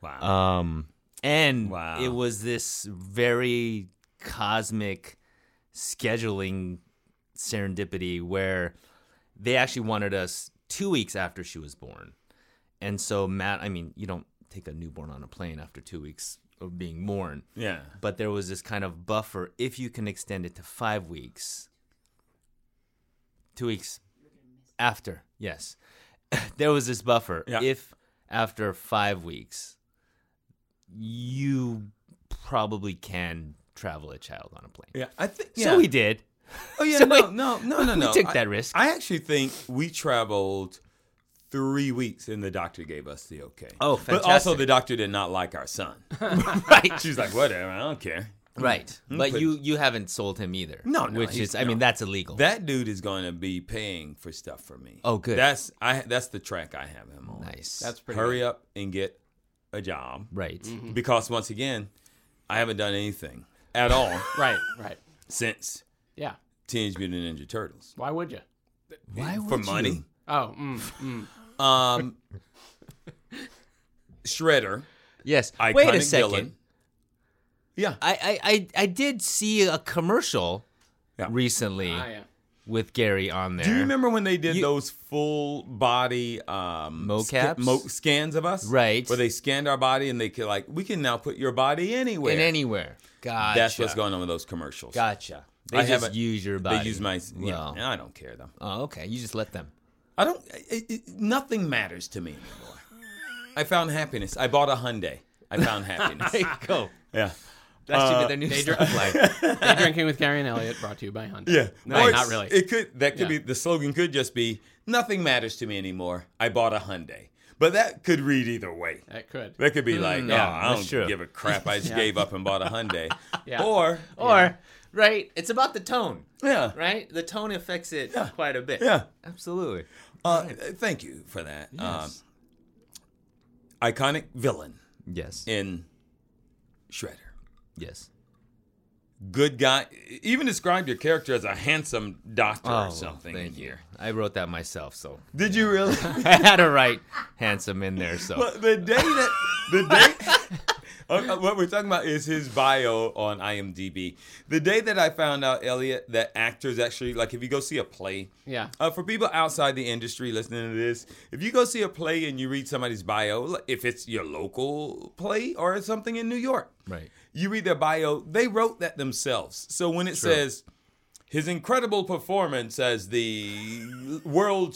Wow.
Um, and
Wow.
it was this very cosmic scheduling serendipity where they actually wanted us two weeks after she was born. And so, Matt, I mean, you don't take a newborn on a plane after two weeks of being born,
yeah.
but there was this kind of buffer. If you can extend it to five weeks, two weeks after, yes, there was this buffer.
Yeah.
If after five weeks, you probably can travel a child on a plane.
Yeah. I think.
So
yeah.
we did.
Oh yeah,
So
no,
we-
no, no, no,
we
no.
took
I-
that risk.
I actually think we traveled three weeks, and the doctor gave us the okay.
Oh,
But also,
fantastic.
the doctor did not like our son.
right.
She's like, whatever, I don't care.
Right. But
but-
you you haven't sold him either.
Mm-hmm. No, no,
Which
he-
is, I mean, that's illegal.
That dude is going to be paying for stuff for me.
Oh, good.
That's I. That's the track I have him on.
nice.
That's pretty.
Hurry up and get a job.
right.
Because once again, I haven't done anything at all
good. Right. Right.
since
Yeah.
Teenage Mutant Ninja Turtles
Why would you?
Why
for
would you?
money.
Oh. Mm, mm.
Um, Shredder.
Yes.
Iconic
Wait a second.
villain. Yeah.
I, I, I, I did see a commercial
Yeah.
recently
Ah, yeah.
with Gary on there.
Do you remember when they did
You-
those full body um,
Mocaps?
mo- scans of us?
Right.
Where they scanned our body and they could like, we can now put your body anywhere.
In anywhere. Gotcha.
That's what's going on with those commercials.
Gotcha. They
I
just
haven't-
use your body.
They use my. Yeah,
Well.
I don't care though.
Oh, okay. You just let them.
I don't. It, it, nothing matters to me anymore. I found happiness. I bought a Hyundai. I found happiness.
Go.
yeah.
That should
Uh,
be their new stuff. Like,
Day drinking with Gary and Elliot, brought to you by Hyundai.
Yeah.
No,
Or
not
it's-
really.
It could that could be
Yeah.
the slogan could just be nothing matters to me anymore. I bought a Hyundai. But that could read either way.
That could.
That could be like,
yeah,
oh, I
that's
don't
true.
give a crap. I just gave up and bought a Hyundai.
Yeah.
Or
or, right? It's about the tone,
yeah.
right? The tone affects it quite a bit.
Yeah.
Absolutely.
Uh, thank you for that. Um, iconic villain
Yes.
in Shredder.
Yes.
Good guy. Even described your character as a handsome doctor or something in
Oh, thank you.
here.
I wrote that myself, so
Did you really?
I had to write handsome in there. So
But the day that the day Uh, uh, what we're talking about is his bio on IMDb. The day that I found out, Elliot, that actors actually like if you go see a play,
Yeah.
uh, for people outside the industry listening to this, if you go see a play and you read somebody's bio, like, if it's your local play or something in New York,
right.
you read their bio, they wrote that themselves. So when it says his incredible performance as the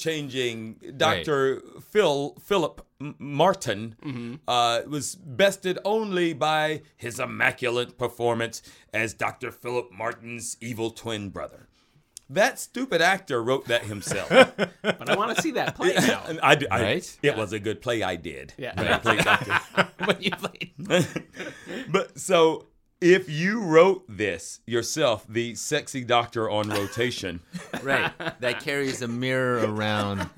world-changing Dr. Phil Philip M- Martin uh, was bested only by his immaculate performance as Dr. Philip Martin's evil twin brother. That stupid actor wrote that himself.
But I want to see that play now.
And I, I-
Right?
It was a good play I did.
Yeah.
When I played Dr.
when you played.
but so If you wrote this yourself, the sexy doctor on rotation,
Right. That carries a mirror around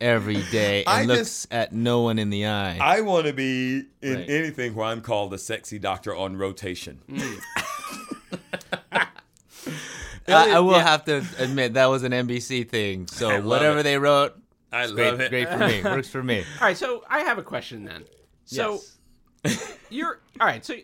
every day and
I
looks
just-
at no one in the eye.
I want to be in
Right.
anything where I'm called the sexy doctor on rotation.
Mm.
I, I will have to admit that was an NBC thing. So
love
whatever
it.
they wrote,
I
great,
love it.
great for me. Works for me.
All right, so I have a question then. So
Yes.
you're all right. So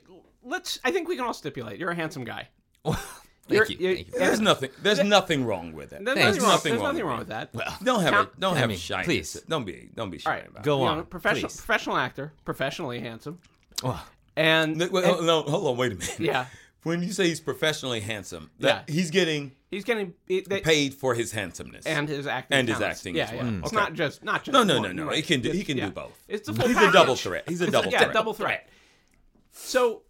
let's. I think we can all stipulate you're a handsome guy.
Thank
You're-
you.
you're-
Thank you.
There's nothing. There's nothing wrong with it.
There's
Thanks.
nothing wrong.
Nothing
there's
wrong
nothing
with
wrong
it.
with that.
Don't have
Count-
a, don't
I
have
mean,
shyness.
please.
Don't be don't be shy
all right,
about it.
Go
You know,
on,
professional,
please.
professional actor, professionally handsome,
Oh,
and
No, oh. wait,
and-
hold- no, hold on, wait a minute.
Yeah.
When you say he's professionally handsome, that
Yeah.
he's getting
he's getting it- they-
paid for his handsomeness.
and his acting
And his
talents.
acting
Yeah,
as
yeah.
well. Mm.
It's
Okay.
not just not just
no, no, no,
one,
no.
right.
He can do. He can
yeah.
do both.
It's the full.
He's a double
package.
threat. He's a double
yeah,
threat.
double threat. So,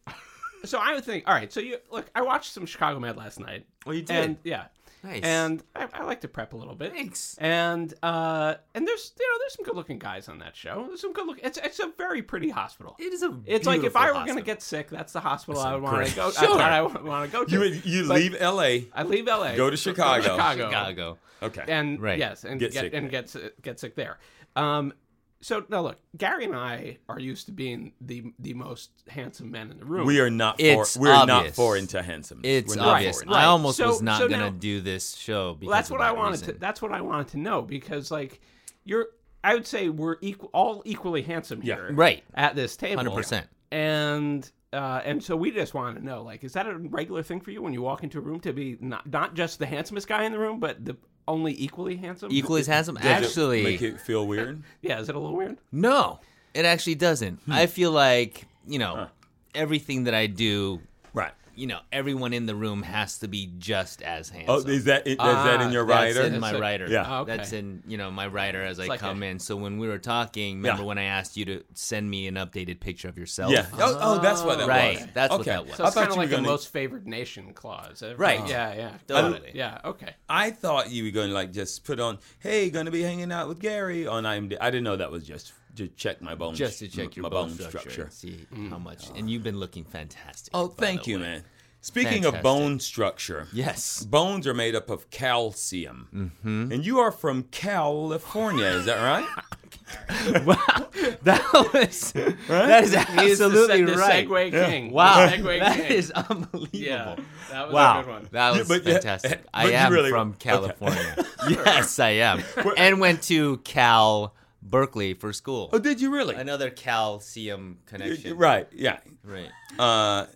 so I would think. All right. So you look. I watched some Chicago Med last night.
Oh,
well, you did.
And yeah.
nice.
And I, I like to prep a little bit.
thanks.
And uh, and there's you know there's some good looking guys on that show. There's some good look. It's it's a very pretty hospital.
It is a.
It's like if
beautiful
I were
hospital.
gonna get sick, that's the hospital I would want to
great.
go.
Sure.
I want to go to.
You you
But
leave L.A.
I leave LA.
Go to Chicago.
Chicago.
Chicago.
Okay.
And
Right.
yes, and get,
Get sick
and get si- get sick there. Um, so now look, Gary and I are used to being the the most handsome men in the room.
we are not. For,
It's
we are not
obvious.
foreign to handsomeness.
It's
We're not
obvious.
foreign.
Right.
I almost
So-
was not
so
gonna
now-
do this show because
Well, that's
of
what I
that
wanted
reason.
to. That's what I wanted to know because like you're, I would say we're equal, all equally handsome
Yeah.
here,
Right.
At this table,
100%.
And uh, and so we just wanted to know, like, is that a regular thing for you when you walk into a room to be not not just the handsomest guy in the room, but the only equally handsome?
Equal as handsome.
Does it
Actually,
make it feel weird.
yeah, is it a little weird?
No, it actually doesn't.
Hmm.
I feel like, you know, everything that I do,
right.
you know, everyone in the room has to be just as
Oh,
handsome.
is that is that in your
Ah, That's
writer?
in my
That's it.
writer.
Yeah.
Oh, okay.
That's in, you know, my writer as I
like
come
a-
in. So when we were talking, remember
Yeah.
when I asked you to send me an updated picture of yourself?
yeah. Oh, oh, that's what that
Right.
was.
That's what
okay.
that was.
So
I
it's
thought
kind
you
of
were
like the
going.
most favored nation clause. Every-
Right.
Yeah, yeah.
Totally.
Yeah, okay.
I thought you were going to like just put on, hey, going to be hanging out with Gary on IMD. I didn't know that was just to check my bones.
Just to check your
my
bone structure, and see
Mm.
how much. And you've been looking fantastic.
Oh,
by
thank
the
you,
way.
man. Speaking
Fantastic.
of bone structure,
Yes.
bones are made up of calcium, mm-hmm. and you are from California, is that right?
That was that is
He is the
absolutely
seg- the
right.
Segway king.
Wow,
The Segway
that
king.
is unbelievable.
yeah. That was a good one.
That was
but-
fantastic. I
but you
am
really-
from
okay.
California. yes, I am. and went to Cal Berkeley for school.
oh, did you really?
Another calcium connection.
Right, yeah.
Right.
Uh,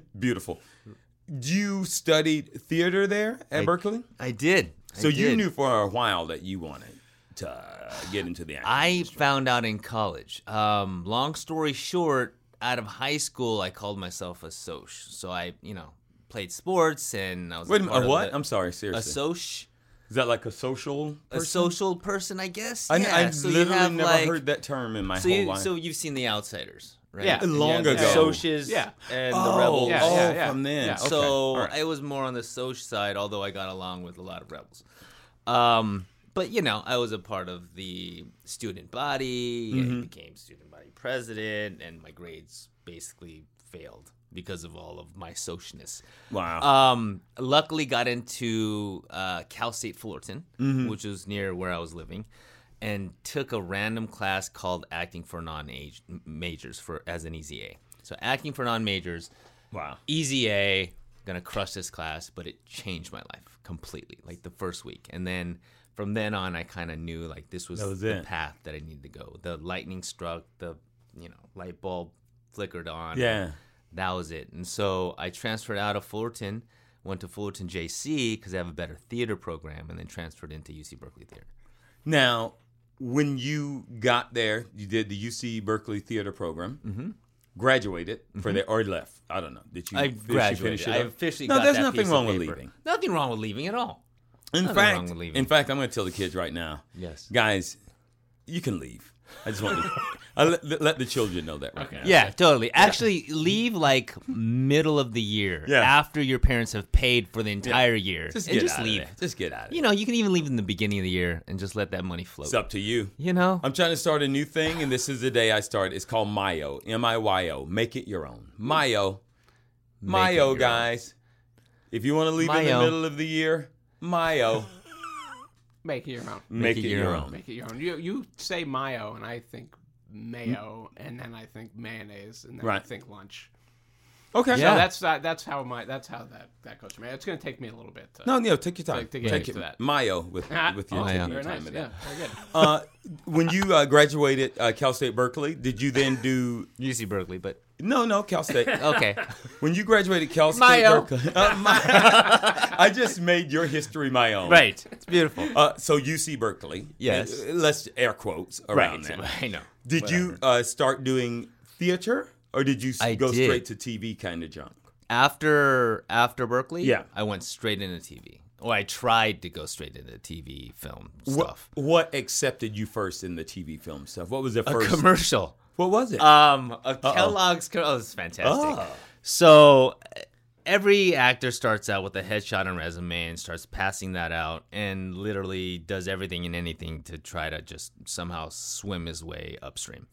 beautiful. You studied theater there at Berkeley,
I did. I
so you
did.
knew for a while that you wanted to uh, get into the acting.
I found out in college. Um, long story short, out of high school, I called myself a soch. So I, you know, played sports and I was
Wait a
a
minute,
part
a
of
what?
the-
I'm sorry,
a
seriously.
soch.
Is that like a social
a
person?
social person, I guess.
I,
yeah.
I've
so
literally
you have
never
like,
heard that term in my
So
whole
you
life.
so you've seen The Outsiders, right?
Yeah.
And you
Long
have the
ago.
Socias
Yeah.
and
oh,
the Rebels.
Yeah,
oh,
yeah, yeah.
from then.
Yeah, okay.
So
all right.
I was more on the Soch side, although I got along with a lot of Rebels. Um, but you know, I was a part of the student body. I became student body president, and my grades basically failed because of all of my socialness.
wow.
Um, luckily got into uh, Cal State Fullerton,
Mm-hmm.
which was near where I was living, and took a random class called Acting for Non Majors for as an Easy A. So acting for non majors,
wow.
Easy A, gonna crush this class, but it changed my life completely. Like the first week, and then from then on, I kind of knew like this was,
That was
the
it.
path that I needed to go. The lightning struck, the you know light bulb flickered on
Yeah.
that was it. And so I transferred out of Fullerton, went to Fullerton JC because they have a better theater program, and then transferred into UC Berkeley Theater.
Now, when you got there, you did the UC Berkeley theater program. Mm-hmm. Graduated for the or left. I don't know. Did you?
Mm-hmm. I
did you finish
graduated.
it
I
up?
officially
No,
got
there's
that
nothing
piece of
wrong with
paper.
leaving.
Nothing wrong with leaving at all.
In
Nothing wrong
fact,
with leaving.
in fact, I'm going to tell the kids right now.
Yes.
Guys, you can leave. I just want to I let, let the children know that right
Okay.
now.
Yeah, totally. Actually, leave like middle of the year
Yeah.
after your parents have paid for the entire year,
Just
and
get
just
out
leave.
Of there. Just get out. Of
You
there.
know, you can even leave in the beginning of the year and just let that money float.
It's up to you.
you know,
I'm trying to start a new thing, and this is the day I start. It's called Mayo, M I Y O. Make it your own. Mayo, Mayo,
your own.
guys. If you want to leave in the
Mayo.
middle of the year, Mayo,
Make it your own.
make, it, your own.
Make it your own. You you say mayo, and I think mayo, and then I think mayonnaise, and then I
Right.
think lunch.
Okay.
So
Yeah.
that's that, that's how my that's how that that goes for me. It's going to take me a little bit. To,
No, no, take your time.
Take- take it
take
to
your
that.
Mayo with
Ah,
with your,
oh,
taking
yeah.
your
very
time.
nice.
in
Yeah,
that.
very good.
Uh, when you uh, graduated uh, Cal State Berkeley, did you then do
UC Berkeley, but
no, no Cal State? Uh,
okay.
When you graduated Cal State
Mayo.
Berkeley, Uh, my- I just made your history my own.
right. It's beautiful.
Uh, so UC Berkeley.
Yes.
Uh, Let's air quotes around that.
I know.
Did you uh, start doing theater, or did you s-
I
go
did.
straight to TV kind of junk?
after after Berkeley,
Yeah.
I went straight into TV. Or I tried to go straight into TV film stuff.
What, what accepted you first in the TV film stuff? What was the
A
first?
commercial.
what was it?
Um, a Kellogg's. Co- oh, this is fantastic.
Oh.
So uh, every actor starts out with a headshot and resume and starts passing that out and literally does everything and anything to try to just somehow swim his way upstream.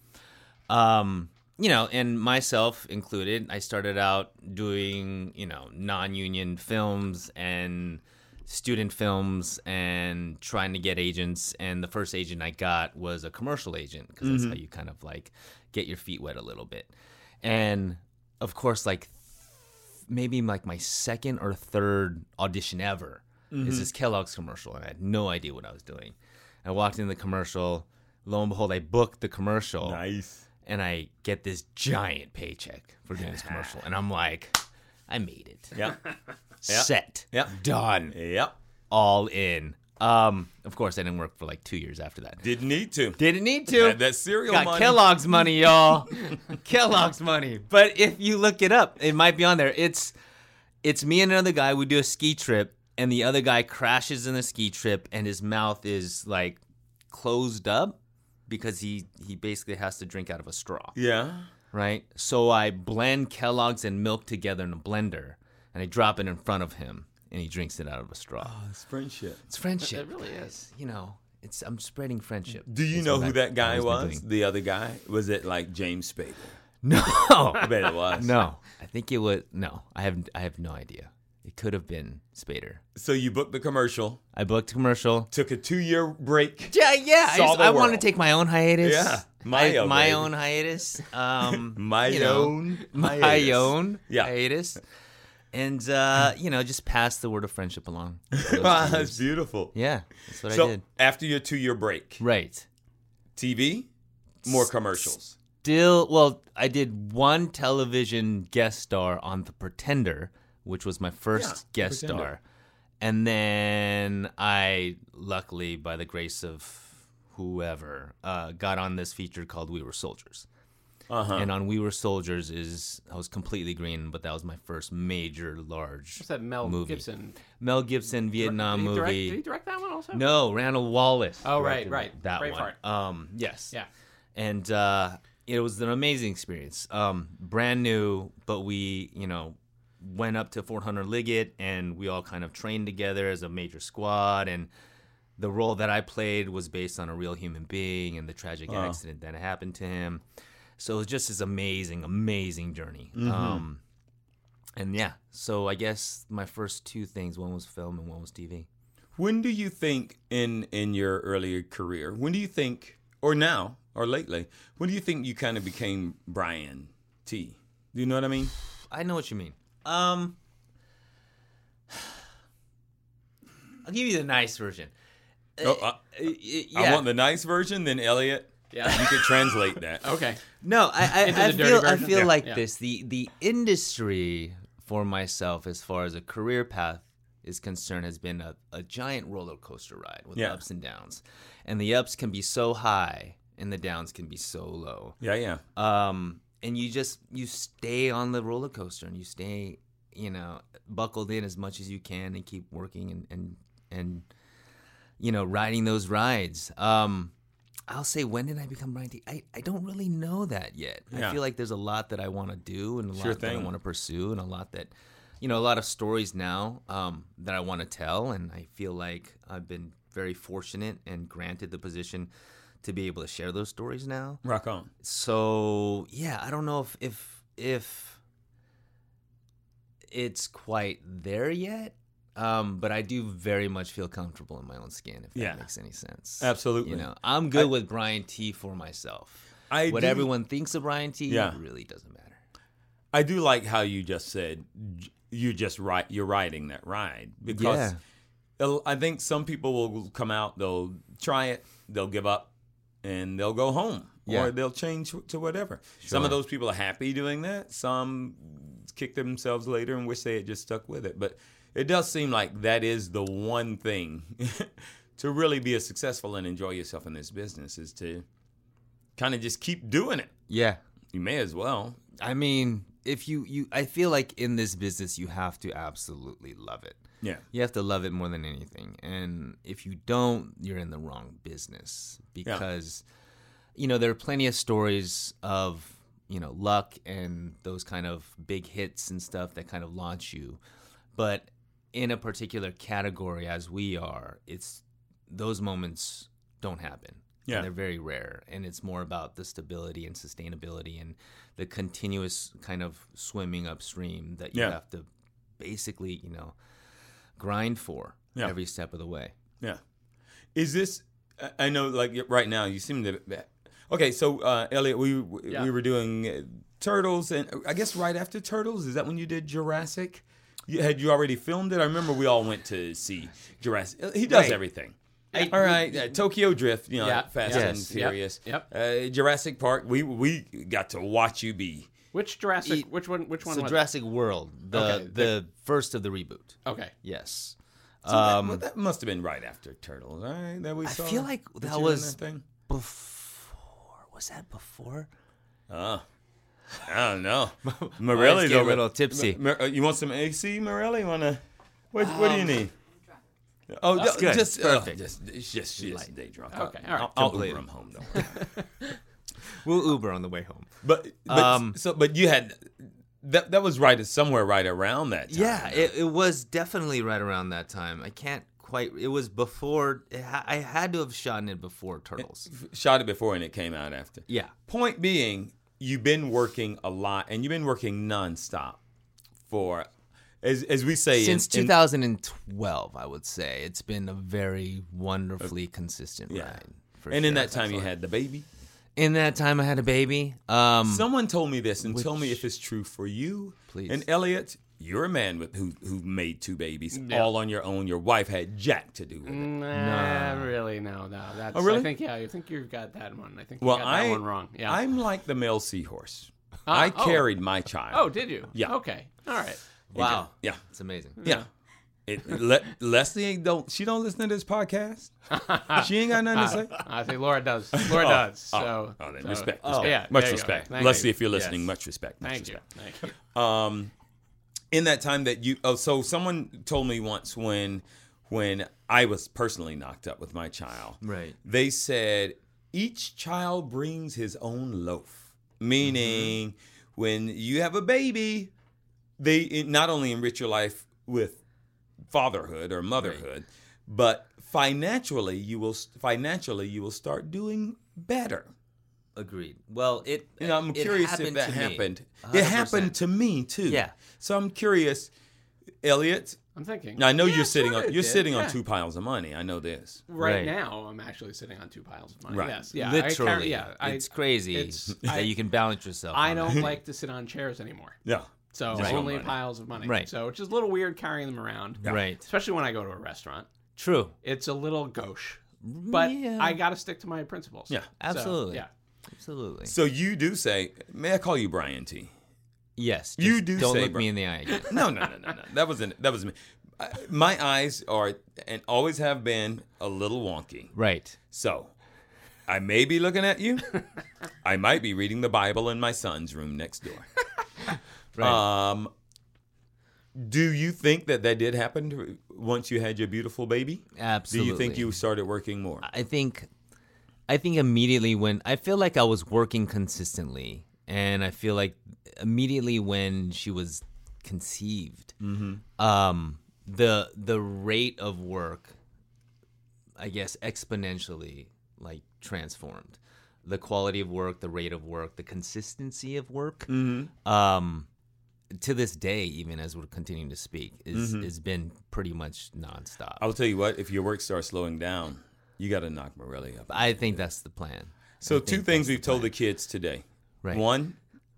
Um, you know, and myself included, I started out doing, you know, non-union films and student films and trying to get agents and the first agent I got was a commercial agent because that's how you kind of like get your feet wet a little bit. And of course like maybe like my second or third audition ever is this Kellogg's commercial, and I had no idea what I was doing. I walked in the commercial. Lo and behold, I booked the commercial,
nice.
and I get this giant paycheck for doing this commercial, and I'm like, I made it.
Yeah.
Set.
Yeah.
Done.
Yep.
All in. Um, of course, I didn't work for like two years after that.
Didn't need to.
Didn't need to.
Had that cereal
Got
money.
Kellogg's money, y'all. Kellogg's money. But if you look it up, it might be on there. It's it's me and another guy. We do a ski trip, and the other guy crashes in the ski trip, and his mouth is like closed up because he he basically has to drink out of a straw,
Yeah.
right? So I blend Kellogg's and milk together in a blender, and I drop it in front of him, and he drinks it out of a straw.
It's friendship.
Oh, It's friendship.
It really
guys.
is.
You know, it's I'm spreading friendship.
Do you
It's
know
what
who
I've
that guy
always been
was?
doing.
The other guy? Was it like James Spader?
No.
I bet it was.
No, I think it was no. I have I have no idea. It could have been Spader.
So you booked the commercial,
I booked a commercial.
took a two-year break.
Yeah, yeah. I,
Saw
just,
the
I wanted
world.
to take my own hiatus.
Yeah,
my,
my
I,
own,
my
baby.
own hiatus. Um,
My
you know,
own
my
hiatus.
own
Yeah. Mm.
hiatus, and uh, you know, just pass the word of friendship along.
Wow, that's beautiful.
yeah, that's what I
So
did.
after your two-year break,
Right.
TV, more commercials.
Still, well, I did one television guest star on The Pretender, which was my first
Yeah, The
guest
Pretender.
star. And then I, luckily, by the grace of whoever, uh, got on this feature called We Were Soldiers.
Uh-huh.
And on We Were Soldiers is, I was completely green, but that was my first major, large
What's that Mel
movie.
Gibson
Mel Gibson, Vietnam
did he direct-
movie.
Did he direct that one also?
No, Randall Wallace.
Oh, right,
directed
right.
That
Braveheart.
one. Um, yes.
Yeah.
And uh, it was an amazing experience. Um, brand new, but we, you know, went up to Fort Hunter Liggett and we all kind of trained together as a major squad. And the role that I played was based on a real human being and the tragic accident that happened to him. So it was just this amazing, amazing journey. Um, and yeah, so I guess my first two things one was film and one was TV.
When do you think in in your earlier career? When do you think, or now, or lately? When do you think you kind of became Brian T? Do you know what I mean?
I know what you mean. Um, I'll give you the nice version.
Oh, I,
Uh, y- yeah.
I want the nice version. Then Elliot, you
Yeah.
could translate that.
okay.
no, I,
Into
I, I
the dirty
feel I
version?
feel
Yeah,
like
yeah.
this. The the industry for myself, as far as a career path is concerned, has been a, a giant roller coaster ride with
Yeah.
ups and downs, and the ups can be so high and the downs can be so low.
Yeah, yeah.
um, and you just you stay on the roller coaster and you stay you know buckled in as much as you can and keep working and and and you know riding those rides um i'll say when did i become brian T? I, I don't really know that yet i
Yeah.
feel like there's a lot that i want to do and a
Sure
lot that i
thing.
want to pursue and a lot that you know a lot of stories now um, that i want to tell and i feel like i've been very fortunate and granted the position to be able to share those stories now
Rock on.
so yeah, I don't know if if if it's quite there yet. Um, but I do very much feel comfortable in my own skin, if that
Yeah.
makes any sense.
Absolutely.
You know, I'm good with Brian T for myself.
I
what
do-
everyone thinks of Brian T
Yeah.
really doesn't matter.
I do like how you just said j- you just ride you're riding that ride because it'll- I think some people will come out they'll try it they'll give up and they'll go home
Yeah.
or they'll change to whatever. Some of those people are happy doing that. Some kick themselves later and wish they had just stuck with it. But it does seem like that is the one thing to really be as successful and enjoy yourself in this business is to kind of just keep doing it.
Yeah.
You may as well.
I mean, if you you I feel like in this business you have to absolutely love it.
Yeah.
You have to love it more than anything. And if you don't, you're in the wrong business because you know, there are plenty of stories of, you know, luck and those kind of big hits and stuff that kind of launch you. But in a particular category as we are, it's those moments don't happen.
Yeah.
They're very rare and it's more about the stability and sustainability and the continuous kind of swimming upstream that you
Yeah.
have to basically, you know, grind for
Yeah.
every step of the way.
Yeah. Is this? I- I know, like y- right now, you seem to. Okay, so uh, Elliot, we we
Yeah.
we were doing uh, turtles, and I guess right after turtles, is that when you did Jurassic? You, had you already filmed it? I remember we all went to see Jurassic. Uh, He does
Right.
everything. all right, uh, Tokyo Drift, you know,
Yeah,
Fast
yeah.
and
Yes,
yep,
Furious.
yep.
Uh, Jurassic Park. We we got to watch you be.
Which Jurassic?
E-
Eat-
which one? Which one?
So
was it?
Jurassic World, the
Okay,
the, first of the reboot.
Okay.
Yes.
So that-
Um,
well, that, must have been right after turtles. All right, that we
I
saw.
feel like
Did
that
you in
was-
thing.
before was that before?
Oh. I don't know.
Mine's
Morelli's
getting
over
a little tipsy.
Mer- uh, you want some AC, Morelli? You wanna? What, what do you need? Oh, no,
good.
Um, just uh,
Perfect.
just it's just just day drunk.
Okay,
I'll,
all right.
I'll, I'll
Completely.
Uber him home though.
We'll Uber on the way home.
but but
Um,
so but you had that that was right somewhere right around that time.
Yeah, it, it was definitely right around that time. I can't quite. It was before. It ha- I had to have shot it before Turtles.
Shot it before and it came out after.
Yeah.
Point being, you've been working a lot and you've been working nonstop for, as as we say in-
Since
in,
2012, I would say it's been a very wonderfully consistent
Yeah.
ride. for
and in
sure.
that time you had the baby.
in that time, I had a baby. Um,
Someone told me this, and tell me if it's true for you.
Please.
And Elliot, you're a man with who who made two babies all on your own. Your wife had Jack to do with it.
Mm. Nah, really, no, no. That's,
Oh, really?
I think yeah. I think you've got that one. I think you
Well,
got
I
that one wrong. Yeah.
I'm like the male seahorse. I
oh.
carried my child.
oh, did you?
Yeah.
Okay. All right.
wow,
Yeah,
it's amazing.
yeah. It, Le- Leslie ain't don't she don't listen to this podcast. she ain't got
Uh,
nothing to say.
I think Laura does. Laura does. So.
Oh, then
so-
respect, respect.
yeah,
much
there you go.
respect.
Thank
Leslie,
you.
if you're listening,
Yes.
much respect. Much
Thank you.
respect.
Thank you.
um, in that time that you oh so someone told me once when when I was personally knocked up with my child
Right.
they said each child brings his own loaf meaning when you have a baby they it not only enrich your life with fatherhood or motherhood but financially you will financially you will start doing better
Agreed. Well, it.
you know, I'm
it
curious if
happened
that
to me.
happened. It
100%.
happened to me too.
Yeah.
So I'm curious, Elliot.
I'm thinking.
Now I know
Yeah,
you're sitting
sure
on
it
you're
did.
sitting on
Yeah.
two piles of money. I know this.
Right,
Right.
now, I'm actually sitting on two piles of money.
Right.
Yes. Yeah. I carry-
Literally,
yeah. I,
it's crazy
it's-
that
I-
you can balance yourself.
I
on
don't like to sit on chairs anymore.
Yeah.
So
Just
only
money.
piles of money.
Right.
So it's just a little weird carrying them around.
that. Right.
Especially when I go to a restaurant.
True.
It's a little gauche. But
Yeah.
I got to stick to my principles.
Yeah.
So,
Absolutely.
yeah.
Absolutely.
So you do say, may I call you Brian T?
Yes.
You
just
do
Don't
say
look
bro-
me in the eye again.
No, no, no, no, no. That wasn't that was me. I- My eyes are and always have been a little wonky.
right.
So I may be looking at you. I might be reading the Bible in my son's room next door.
Right.
Um, do you think that that did happen to, once you had your beautiful baby?
Absolutely.
Do you think you started working more?
I think I think immediately when I feel like I was working consistently and I feel like immediately when she was conceived
Mm-hmm.
um the the rate of work I guess exponentially like transformed
Mm-hmm.
the quality of work the rate of work the consistency of work um to this day, even as we're continuing to speak, is has been pretty much nonstop.
Mm-hmm. I will tell you what, if your work starts slowing down, you got to knock Morelli up.
I think that's the plan.
So, two things we've told the kids today.
Right.
One,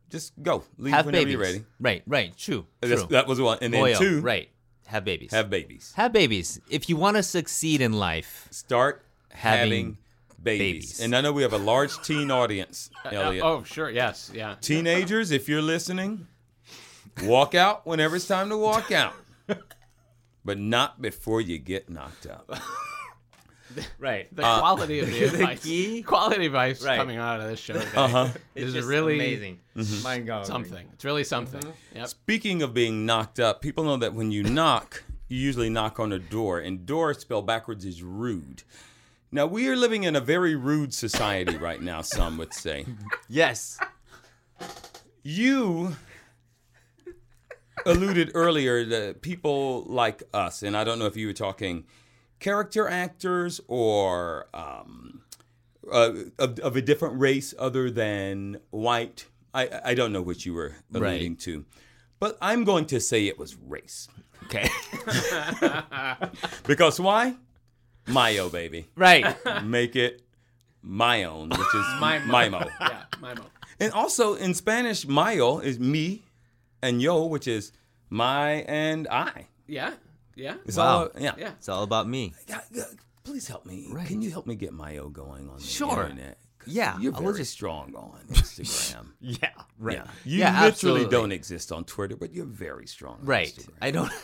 just go. Leave
Have
whenever
babies.
you're ready.
Right, right, true.
That's-
true.
that was one. And then
Boyo,
two,
right. Have babies.
have babies.
Have babies. If you want to succeed in life,
Start having,
Having
babies.
babies.
And I know we have a large teen audience, Elliot.
oh, sure. Yes. Yeah.
Teenagers, if you're listening, walk out whenever it's time to walk out. But not before you get knocked up.
right.
The quality of the, advice.
key-
Quality advice
Right.
coming out of this show today
Uh-huh.
is really
Mm-hmm.
Mind going.
something. It's really something. Yep.
Speaking of being knocked up, people know that when you knock, you usually knock on a door, and door spelled backwards is rude. Now, we are living in a very rude society right now, some would say.
Yes.
You alluded earlier that people like us, and I don't know if you were talking character actors or um, uh, of, of a different race other than white. I, I don't know what you were alluding
Right.
to, but I'm going to say it was race.
Okay.
Because why? Mayo, baby.
right.
Make it my own, which is
Mimo.
Mimo.
Yeah. Mimo.
And also in Spanish, mayo is me and yo, which is my and I.
Yeah. Yeah.
It's
Wow.
all, yeah.
Yeah.
It's all about me.
God, God, please help me. Can you help me get mayo going on the
Sure.
internet? 'Cause
Yeah,
You're
I will
very
just-
strong on Instagram.
Yeah. Right.
yeah. You
Yeah,
literally
absolutely.
don't exist on Twitter, but you're very strong on
Right.
Instagram.
I don't.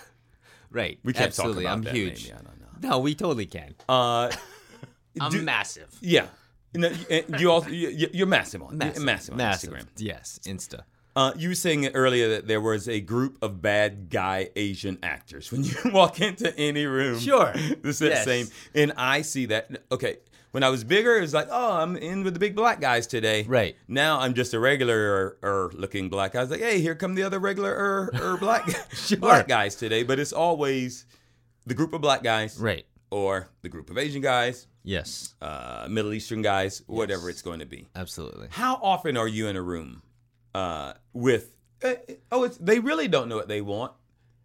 Right.
we can't
Absolutely.
talk about
I'm
that,
huge.
Maybe. I don't know.
No, we totally can.
Uh,
I'm
do-
massive.
yeah. No, you- you also, you, you're massive on,
Massive.
massive on
massive.
Instagram.
Yes. Insta.
Uh, you were saying earlier that there was a group of bad guy Asian actors. When you walk into any room,
Sure.
it's that
Yes.
same. And I see that. Okay, when I was bigger, it was like, oh, I'm in with the big black guys today.
Right.
now, I'm just a regular er looking black. guy. I was like, hey, here come the other regular er er black black guys today. But it's always the group of black guys,
Right.
or the group of Asian guys,
Yes.
uh, Middle Eastern guys, whatever it's going to be.
Absolutely.
How often are you in a room uh, with? Uh, oh, it's, they really don't know what they want.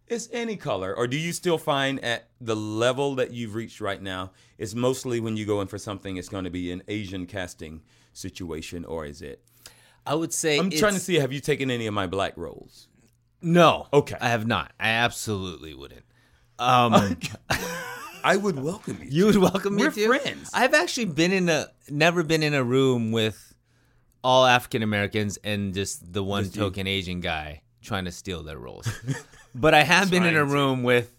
It's any color, or do you still find at the level that you've reached right now? It's mostly when you go in for something, it's going to be an Asian casting situation, or is it?
I would say.
I'm trying to
it's-
see. Have you taken any of my black roles?
No.
Okay.
I have not. I absolutely wouldn't. Um,
I would welcome you.
you would welcome me
We're
too.
friends.
I've actually been in a never been in a room with all African Americans and just the one token Asian guy trying to steal their roles. but I have been in a
Trying to.
room with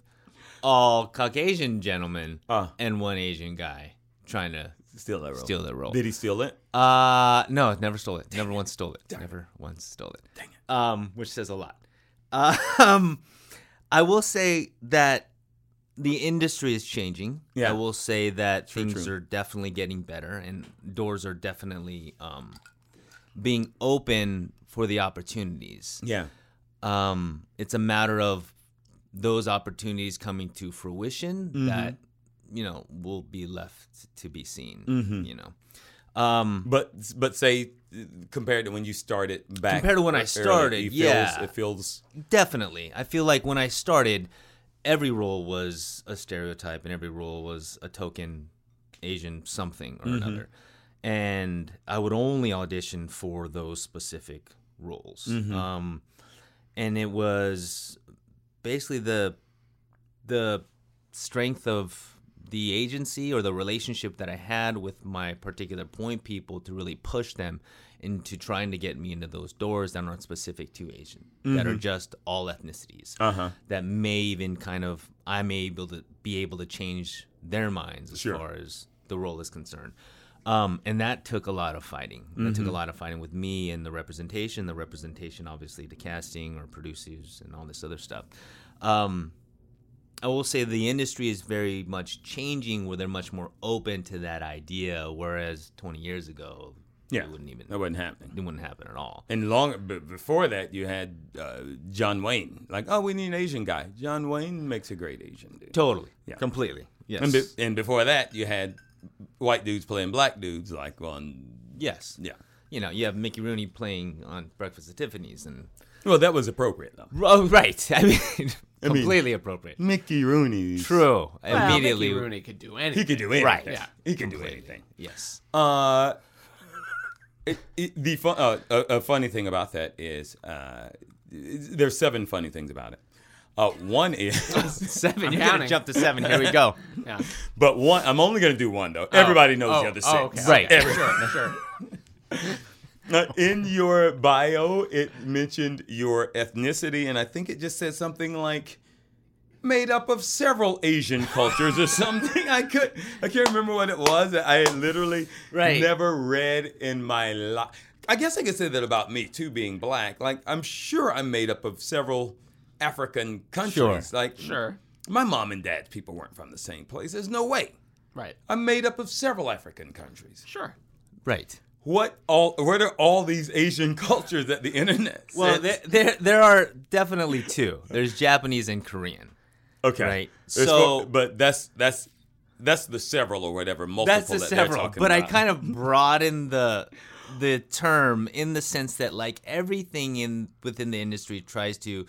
all Caucasian gentlemen
Ah.
and one Asian guy trying to
steal that role.
steal their role.
Did he steal it?
Uh no, never stole it. Never once stole it. Never once stole it. Dang it. Um, which says a lot. Uh, um, I will say that the industry is changing.
Yeah.
I will say that things
true.
are definitely getting better, and doors are definitely um being open for the opportunities.
Yeah.
Um, it's a matter of those opportunities coming to fruition that you know will be left to be seen. You know. Um,
Mm. But but say uh, compared to when you started back
Compared to when I
early,
started,
it feels,
yeah.
it feels
Definitely. I feel like when I started, every role was a stereotype and every role was a token Asian something or another. And I would only audition for those specific roles. Um, and it was basically the the strength of the agency or the relationship that I had with my particular point people to really push them into trying to get me into those doors that aren't specific to Asian, that are just all ethnicities,
Mm-hmm. Uh-huh.
that may even kind of I may able to be able to change their minds as
Sure.
far as the role is concerned. Um, and that took a lot of fighting. That
Mm-hmm.
took a lot of fighting with me and the representation, the representation obviously to casting or producers and all this other stuff. Um, I will say the industry is very much changing where they're much more open to that idea, whereas 20 years ago,
yeah.
it wouldn't even,
that wasn't happening.
it wouldn't happen at all.
And long b- before that, you had uh, John Wayne. Like, oh, we need an Asian guy. John Wayne makes a great Asian dude.
Totally.
Yeah.
Completely. Yes.
And, be- and before that, you had white dudes playing black dudes. Like, on
yes.
yeah,
You know, you have Mickey Rooney playing on Breakfast at Tiffany's and
Well, that was appropriate, though.
Oh, right. I mean, completely appropriate.
Mickey Rooney.
True.
Well, Mickey
Immediately.
Rooney could do anything.
He could do anything.
Right.
Yeah.
He could do anything.
Yes.
Uh, it, it- the fun, uh, a, a funny thing about that is uh, there's seven funny things about it. Uh, one is,
Seven. You're
counting.
gonna jump to seven. Here we go.
Yeah.
but one. I'm only gonna do one though. Everybody knows
oh,
the other six.
oh, okay,
Right.
okay. Sure. Sure.
Uh, in your bio, it mentioned your ethnicity, and I think it just said something like made up of several Asian cultures or something. I could I can't remember what it was. I had literally
Right.
never read in my life. I guess I could say that about me too, being black. Like I'm sure I'm made up of several African countries.
Sure.
Like
Sure.
my mom and dad's people weren't from the same place. There's no way.
Right.
I'm made up of several African countries
Sure.
Right.
what all what are all these Asian cultures that the internet
Well,
says-
there, there there are definitely two. There's Japanese and Korean.
okay
right.
There's
So-
mo- but that's that's that's the several or whatever multiple
That's the
that they're
several,
talking
but I
about.
kind of broaden the the term in the sense that like everything in within the industry tries to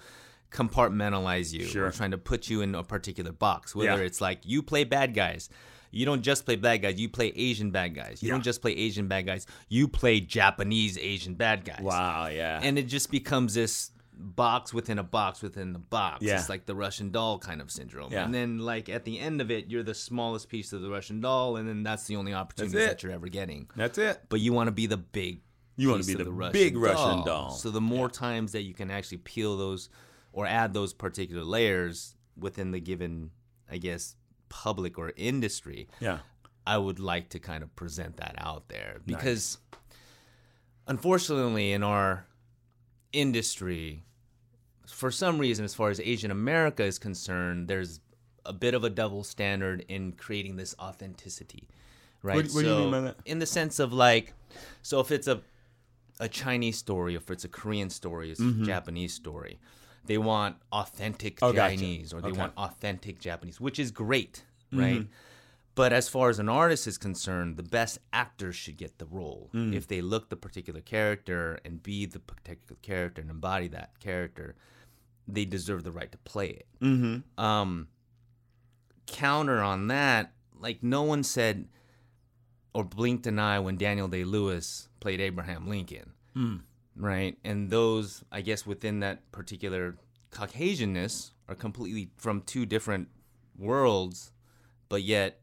compartmentalize you,
Sure.
or trying to put you in a particular box. Whether
Yeah.
it's like you play bad guys. You don't just play bad guys. You play Asian bad guys. You
Yeah.
don't just play Asian bad guys. You play Japanese Asian bad guys.
wow yeah
and it just becomes this box within a box within the box.
Yeah.
It's like the Russian doll kind of syndrome.
Yeah.
And then like at the end of it, you're the smallest piece of the Russian doll, and then that's the only opportunity
That's it.
that you're ever getting.
that's it
But you want to be the big.
You wanna
piece
be the
of
big Russian doll.
So the more times that you can actually peel those or add those particular layers within the given, I guess, public or industry,
yeah
I would like to kind of present that out there because unfortunately in our industry for some reason as far as Asian America is concerned there's a bit of a double standard in creating this authenticity right
What- what do you mean by that?
in the sense of like so if it's a a Chinese story if it's a Korean story it's a Japanese story they want authentic
Mm-hmm. Oh, gotcha.
Chinese or they
Okay. Mm-hmm.
want authentic Japanese which is great right but as far as an artist is concerned, the best actor should get the role
Mm.
if they look the particular character and be the particular character and embody that character. They deserve the right to play it. Mm-hmm. Um, counter on that, like no one said or blinked an eye when Daniel Day Lewis played Abraham Lincoln,
Hmm.
right? And those, I guess, within that particular Caucasianness are completely from two different worlds, but yet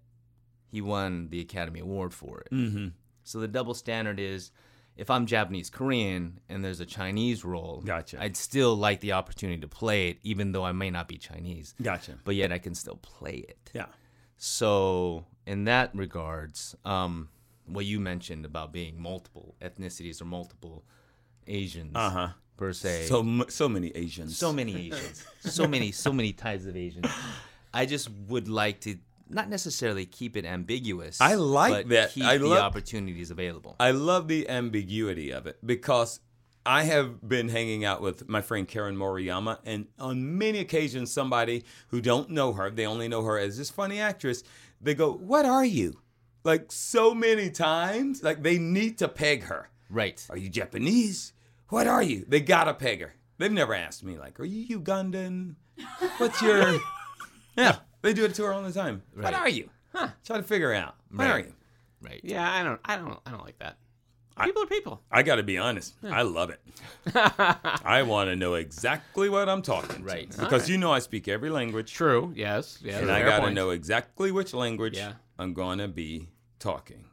he won the Academy Award for it. Mm-hmm. So the double standard is. If I'm Japanese Korean and there's a Chinese role,
Gotcha.
I'd still like the opportunity to play it, even though I may not be Chinese
gotcha
but yet I can still play it.
yeah
So in that regards, um, what you mentioned about being multiple ethnicities or multiple Asians
uh-huh
per se,
so m- so many Asians
so many Asians, so many, so many types of Asians. I just would like to not necessarily keep it ambiguous.
I like
but
that.
Keep
I
the
love-
opportunities available.
I love the ambiguity of it because I have been hanging out with my friend Karen Moriyama, and on many occasions, somebody who don't know her, they only know her as this funny actress, they go, What are you? Like so many times, like they need to peg her.
right.
Are you Japanese? What are you? They gotta peg her. They've never asked me, like, Are you Ugandan? What's your. yeah, they do it to her all the time. What
Right.
are you? Huh, try to figure out. What
Right.
are you?
Right.
Yeah. I don't. I don't. I don't like that. People are people.
I got to be honest. I love it. I want to know exactly what I'm talking. to.
Right.
Because you know I speak every language,
True. Yes. Yes.
and I
fair
got to
point.
know exactly which language
Yeah.
I'm going to be talking.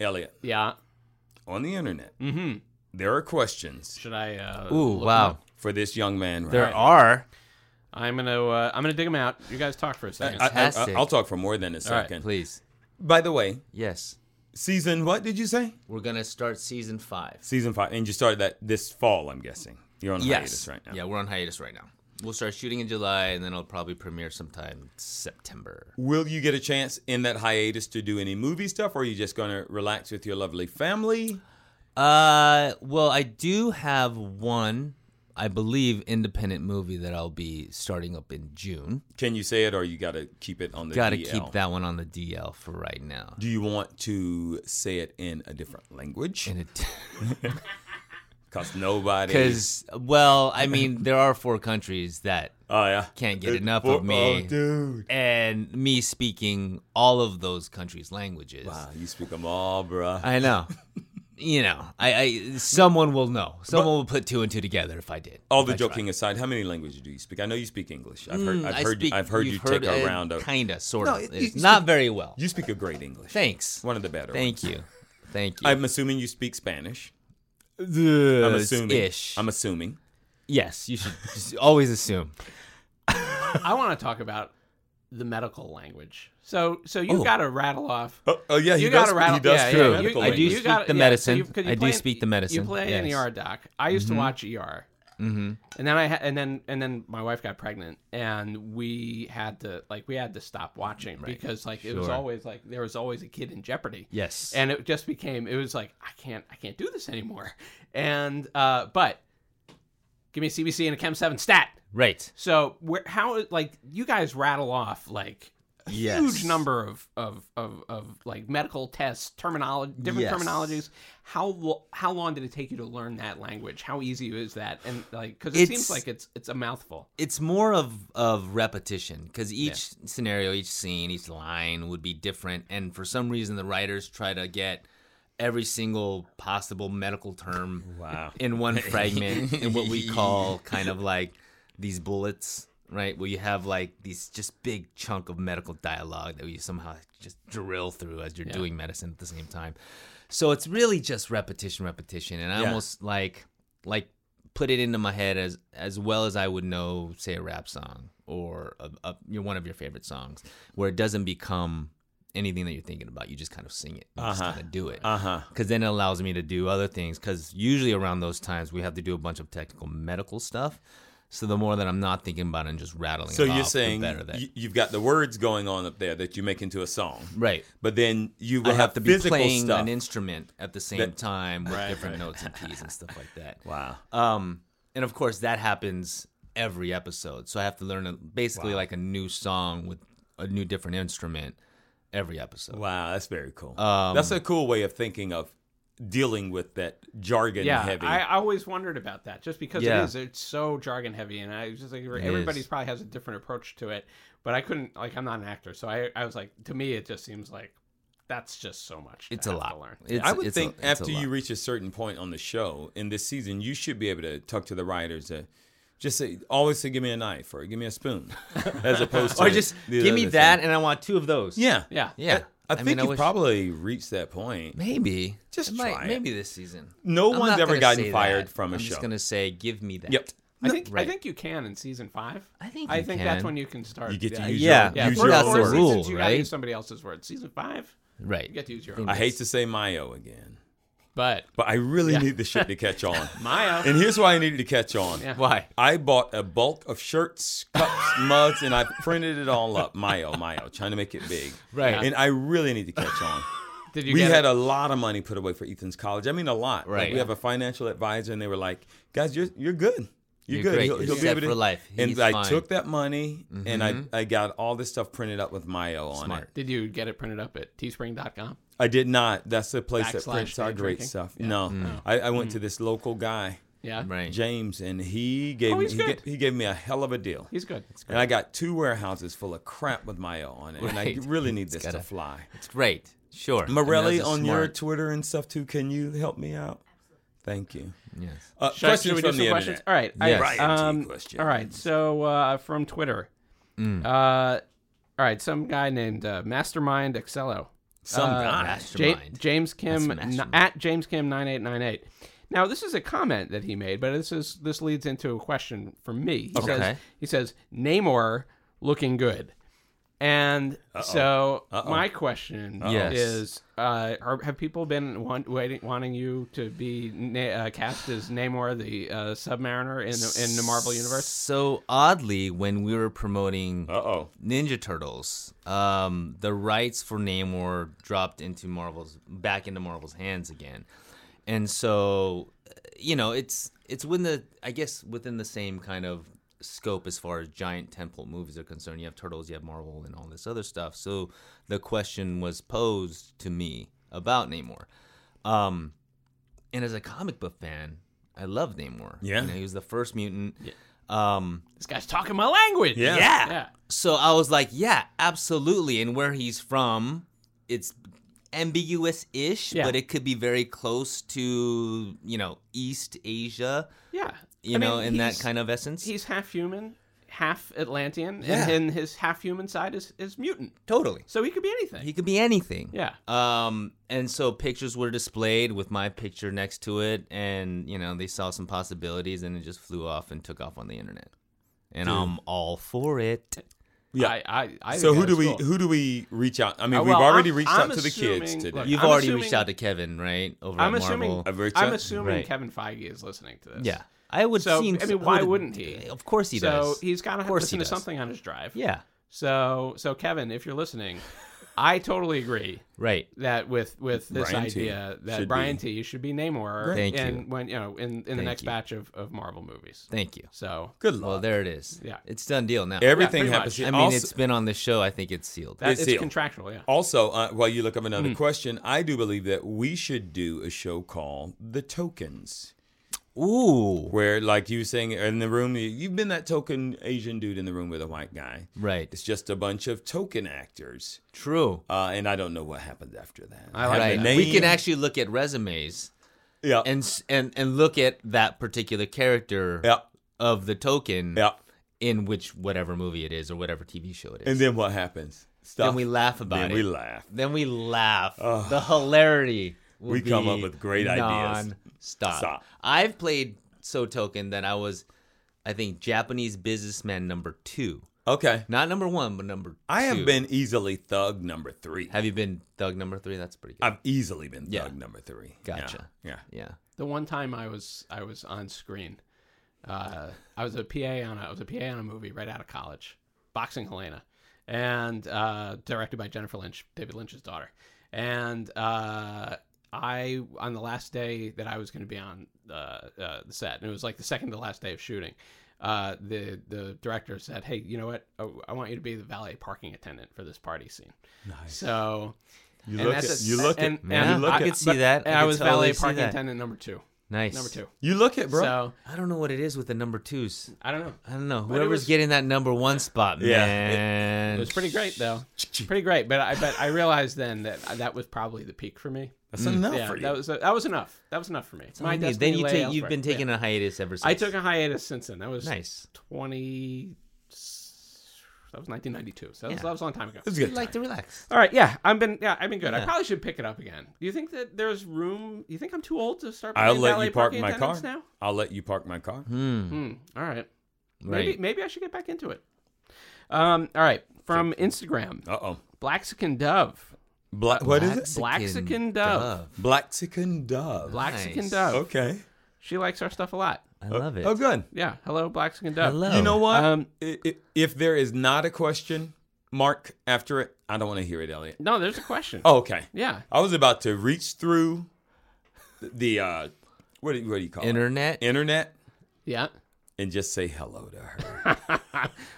Elliot,
Yeah. Mm-hmm.
on the internet,
Mm.
there are questions
Should I? Uh,
Ooh,
look 'em
wow.
up?
for this young man. Right
There are.
I'm gonna. Uh, I'm gonna dig them out. You guys talk for a second.
I,
Fantastic.
will talk for more than a
right,
second.
Please.
By the way,
Yes.
season what did you say?
We're gonna start season five.
Season five, and you started that this fall. I'm guessing you're on hiatus right now.
Yeah, we're on hiatus right now. We'll start shooting in July, and then it'll probably premiere sometime September.
Will you get a chance in that hiatus to do any movie stuff, or are you just going to relax with your lovely family?
Uh, well, I do have one, I believe, independent movie that I'll be starting up in June.
Can you say it, or you got to keep it on the
Got to
DL?
keep that one on the DL for right now.
Do you want to say it in a different language?
And it,
Cause nobody.
Because, well, I mean, there are four countries that
oh yeah,
can't get
It-
enough
oh,
of me.
Oh, dude.
and me speaking all of those countries' languages.
Wow, Ah, you speak them all, bruh.
I know. you know, I, I someone will know. Someone will put two and two together if I did.
all
if
the
I tried.
joking aside, how many languages do you speak? I know you speak English. I've heard.
Mm,
I've
I
heard.
speak-
you, I've heard you
you've
take
it
a round of.
kinda, sort
No,
of.
it- you
It's
speak-
not very well.
You speak a great English.
Thanks.
One of the better.
Thank
ones.
you. Thank you.
I'm assuming you speak Spanish.
I'm
I'm assuming.
Ish.
I'm assuming.
yes, you should just always assume.
I want to talk about the medical language. So, so you got to rattle off.
Oh, oh, yeah, he
you
does.
got to rattle.
he does
yeah,
speak
yeah,
True.
medical
I do
language.
speak
gotta-
the
yeah, so
medicine.
you- 'cause you
I do
play-
speak the medicine,
You play an
yes.
ER doc. I used to watch ER. Mm-hmm. And then I ha- and then and then my wife got pregnant, and we had to like we had to stop watching because like it was
Sure.
always like there was always a kid in jeopardy.
Yes.
and it just became it was like I can't I can't do this anymore. And uh, but give me a CBC and a Chem Seven stat.
Right.
So where how like you guys rattle off like a
Yes.
huge number of, of of of like medical tests terminology different
Yes.
terminologies. How lo- how long did it take you to learn that language? How easy is that? And like because it
It's-
seems like it's it's a mouthful.
it's more of of repetition because each scenario, each scene, each line would be different, and for some reason, the writers try to get every single possible medical term
Wow.
in one fragment in what we call kind of like these bullets, right? Where you have like these just big chunk of medical dialogue that you somehow just drill through as you're doing medicine at the same time. So it's really just repetition, repetition, and I
Yeah.
almost like like put it into my head as as well as I would know, say a rap song or a, a, your one of your favorite songs, where it doesn't become anything that you're thinking about. You just kind of sing it, you just
Uh-huh.
kind of do it
Uh huh.
because then it allows me to do other things. Because usually around those times, we have to do a bunch of technical medical stuff. So the more that I'm not thinking about it and just rattling,
So
it
you're
off,
saying
the better that
you, you've got the words going on up there that you make into a song,
right?
but then you will
I have to be
physical
playing
stuff.
an instrument at the same
That-
time with
Right,
different
right.
notes and keys and stuff like that.
wow.
Um, and of course that happens every episode. So I have to learn a, basically like a new song with a new different instrument every episode.
Wow, that's very cool. that's a cool way of thinking of dealing with that jargon
Yeah,
heavy.
I, I always wondered about that just because
Yeah.
it is it's so jargon heavy, and I was just like everybody's
is.
probably has a different approach to it, but I couldn't like I'm not an actor, so I I was like to me it just seems like that's just so much. to
It's a
have to
lot.
learn.
It's,
I would
it's a-
think
it's a
after you
lot.
reach a certain point on the show in this season, you should be able to talk to the writers. Uh, just say, always say, "Give me a knife" or "Give me a spoon," as opposed to
or just
the
give me
other
that,
thing.
and I want two of those.
Yeah,
Yeah.
yeah.
I,
mean,
think you
wish-
probably reached that point.
Maybe
Just
It might-
try it.
maybe this season.
No
I'm
one's
not
ever
gonna
gotten
say
fired
that.
from a
I'm
show.
just gonna say, give me that.
Yep.
I think
right.
I think you can in season five.
I think
I
you
think that's
can.
when you can start.
You get to
yeah.
use
yeah.
your,
yeah,
use
first
for
your
that's
words.
the
seasons,
rule,
you gotta
right?
use somebody else's words. Season five,
right.
you get to use your own.
I hate to say Mayo again,
But
but I really need the shit to catch on.
Maya,
and here's why I needed to catch on.
Yeah.
Why?
I bought a bulk of shirts, cups, mugs, and I printed it all up. Mayo, Mayo, trying to make it big.
Right.
And I really need to catch on.
did you
we
get
had
it?
a lot of money put away for Ethan's college. I mean, a lot. Like,
Right.
we have a financial advisor, and they were like, "Guys, you're you're good. You're,
You're
good.
great. You're set for life.
And
He's
I
fine. Mm-hmm.
took that money, and I I got all this stuff printed up with Mayo on it.
Smart.
Did you get it printed up at teespring.com?
I did not. That's the place that
Backslash
prints our
beer
great
drinking?
stuff. No,
Mm.
I, I went to this local guy,
Yeah,
Right.
James, and he gave
Oh,
me
he's
he,
good.
ga- he gave me a hell of a deal.
He's good.
And I got two warehouses full of crap with Mayo on it, and I
Right.
really need this
gotta-
to fly.
It's great. Sure.
Morelli
I mean, that's a
on your
smart-
Twitter and stuff too. Can you help me out? Thank you.
Yes.
Uh,
Should I-
questions
should we do
from
some
the
questions?
internet.
All right.
Yes.
All right.
Variety
um,
questions.
all right. So uh, from Twitter. Uh, all right. Some guy named uh, Mastermind Excello.
Some
Uh,
guy.
Ja-
Mastermind.
James Kim
That's
n-
mastermind.
at James Kim nine eight nine eight. Now this is a comment that he made, but this is this leads into a question for me. He says
Okay.
he says Namor looking good, and so my question
Yes.
is: uh, are, Have people been want, waiting, wanting you to be na- uh, cast as Namor the uh, Submariner in the, in the Marvel universe?
So oddly, when we were promoting
Uh oh.
Ninja Turtles, um, the rights for Namor dropped into Marvel's back into Marvel's hands again, and so uh, you know it's it's within the I guess within the same kind of scope as far as giant temple movies are concerned. You have Turtles, you have Marvel, and all this other stuff. So the question was posed to me about Namor, um, and as a comic book fan, I love Namor.
Yeah.
You know, he was the first mutant.
Yeah.
Um,
This guy's talking my language.
Yeah.
yeah.
Yeah.
So I was like, yeah, absolutely. And where he's from, it's ambiguous ish,
Yeah.
but it could be very close to, you know, East Asia,
Yeah.
you
I mean,
know, in that
he's-
kind of essence.
He's half human, half Atlantean,
Yeah.
and then his half human side is, is mutant.
Totally.
So he could be anything.
He could be anything.
yeah.
Um, and so pictures were displayed with my picture next to it, and you know they saw some possibilities, and it just flew off and took off on the internet. And I'm all for it.
Yeah.
I, I, I
so
think
who
that
do
is
we
cool.
who do we reach out? I mean,
Uh,
we've
well,
already
I'm-
reached
I'm
out to the kids
assuming-
today.
look,
You've
I'm
already
assuming-
reached out to Kevin, right? Over
I'm
at Marvel.
assuming.
I've reached
I'm
out-
assuming
Right.
Kevin Feige is listening to this.
yeah, I would.
So,
seem
I mean,
I
why
would-
wouldn't he?
Of course he
so
does.
he's got to have to
course he
listen to
does.
something on his drive.
yeah,
So so Kevin, if you're listening, I totally agree
right.
that with with this
Brian T.
idea that
should
Brian
be-
T should be Namor
Thank
and
you.
when you know in, in the
Thank
next
you.
batch of, of Marvel movies.
Thank you.
So
Good
Well,
luck.
there it is.
Yeah.
it's done deal now.
Everything
pretty
happens.
much.
I mean,
also,
it's been on the show. I think it's sealed.
that
It's
it's
sealed.
contractual, yeah.
also uh, while you look up another
Hmm.
question, I do believe that we should do a show called The Tokens.
Ooh,
where like you saying in the room you- you've been that token asian dude in the room with a white guy
right.
it's just a bunch of token actors
True.
uh, and i don't know what happened after that
I like
Have
Right.
the
We can
name.
actually look at resumes.
yeah
and s- and and look at that particular character
yeah
of the token
yeah
in which whatever movie it is or whatever TV show it is.
and then what happens stuff
we laugh about
Then
it.
we laugh
Then we laugh. the hilarity. will
We come
be
up with great ideas.
non-stop.
Stop.
I've played So Token that I was, I think, Japanese businessman number two,
okay
not number one, but number.
i have
two.
been easily thug number three
Have you been thug number three? That's pretty good.
i've easily been thug
Yeah.
number three Yeah.
Gotcha.
yeah,
yeah.
The one time I was I was on screen, uh, I was a PA on a, I was a PA on a movie right out of college, Boxing Helena, and uh, directed by Jennifer Lynch, David Lynch's daughter. And uh, I on the last day that I was going to be on uh, uh, the set, and it was like the second to last day of shooting. Uh, the the director said, "Hey, you know what? Oh, I want you to be the valet parking attendant for this party scene." Nice. So
You,
and
look
that's
at,
a-
you look
and,
at man,
Yeah,
you look
I
at
could see that.
And
I
I
could
was
totally
valet
see
parking
that.
attendant number two.
Nice.
Number two.
you look at bro
So
I don't know what it is with the number twos.
I don't know.
I don't know.
it
Whoever's
was-
getting that number one spot,
Yeah.
man.
It was pretty great though. pretty great, but I but I realized then that that was probably the peak for me.
that's enough
yeah,
for you
that was that was enough. That was enough for me.
All you need.
destiny
Then you
lay
take, you've been
elsewhere.
taking a hiatus ever since.
Yeah. I took a hiatus since then. That was
nice.
20 that was 1992. So that, was,
Yeah.
that was a long time ago.
it's good
like to relax.
All right, yeah, I've been yeah, I've been good. I
Yeah.
probably should pick it up again. Do you think that there's room? You think I'm too old to start?
i'll
playing
let
valet
you park
parking
my car
attendants
i'll let you park my car
now. Hmm. All right, maybe
Right.
maybe I should get back into it. Um, all right, from Instagram,
uh-oh
Blackskin Dove.
black what is it
Blaxican dove.
Black chicken dove.
Blaxican
Nice.
Dove.
okay.
She likes our stuff a lot.
I love it.
Oh, good.
Yeah. Hello, Blaxican Dove.
Hello.
You know what?
Um,
I- i- if there is not a question mark after it, I don't want to hear it, Elliot.
No, there's a question.
Oh, okay.
Yeah.
I was about to reach through the uh, what do you, what do you call
Internet.
it? Internet
Yeah.
and just say hello to her.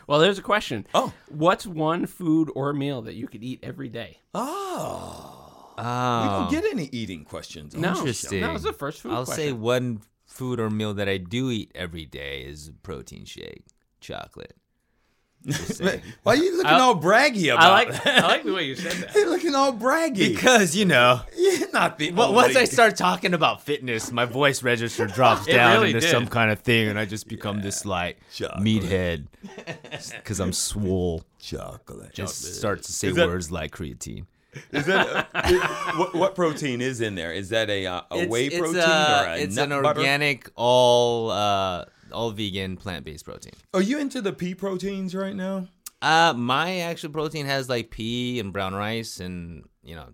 Well, there's a question.
Oh.
What's one food or meal that you could eat every day?
oh. We
Oh,
don't get any eating questions. on
No.
this show.
interesting.
No, it's the first food
I'll say
question.
one food or meal that I do eat every day is a protein shake, chocolate. Just saying.
Why are you looking
I-
all braggy about
I like
that?
I like the way you said that.
You're looking all braggy.
because you know,
You're not the
but once
only-
I start talking about fitness, my voice register drops
It
down
really
into
did.
some kind of thing, and I just become this like
Chocolate.
meathead because I'm swole.
chocolate.
Just start to say
Is that-
words like creatine.
Is that it- what, what protein is in there? Is that a uh, a whey protein
uh,
or a
it's
nut
an
butter?
organic all uh all vegan plant based protein.
Are you into the pea proteins right now?
Uh my actual protein has like pea and brown rice and you know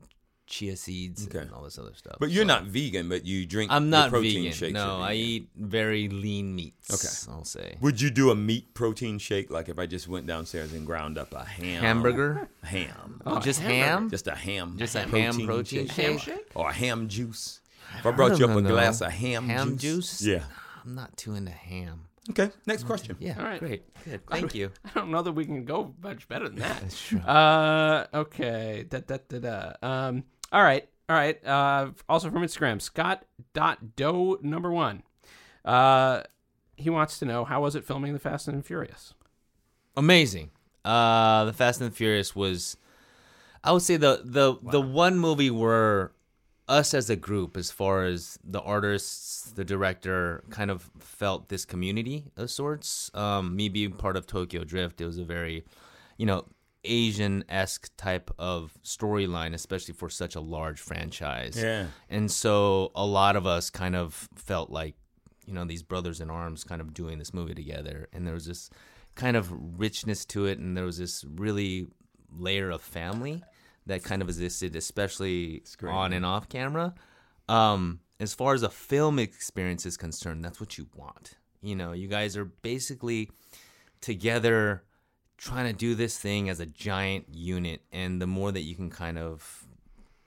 chia seeds
Okay.
and all this other stuff.
But you're
So-
not vegan, but you drink.
I'm
your
not
protein
vegan.
Shakes
no,
are
I
vegan.
eat very lean meats.
Okay.
I'll say
Would you do a meat protein shake? Like if I just went downstairs and ground up a ham,
hamburger,
ham,
just
hamburger.
ham.
Oh, just a ham,
Just a ham protein
Ham
shake?
shake?
or a ham juice. If I brought you up a
don't know.
glass of ham,
Ham
juice,
juice?
yeah.
I'm not too into ham.
Okay, next question.
Yeah,
All right.
great, good. Thank you.
I don't know that we can go much better than that.
That's true.
Uh, okay. Da, da, da, da. Um, all right. All right. Uh, also from Instagram, Scott dot doe number one. Uh, he wants to know how was it filming the Fast and Furious?
Amazing. Uh, the Fast and the Furious was, I would say the the the one movie where us as a group, as far as the artists, the director, kind of felt this community of sorts. Um, me being part of Tokyo Drift, it was a very, you know, Asian esque type of storyline, especially for such a large franchise.
Yeah.
And so a lot of us kind of felt like, you know, these brothers in arms kind of doing this movie together. And there was this kind of richness to it. And there was this really layer of family that kind of existed, especially on and off camera. Um, as far as a film experience is concerned, that's what you want. You know, you guys are basically together trying to do this thing as a giant unit. And the more that you can kind of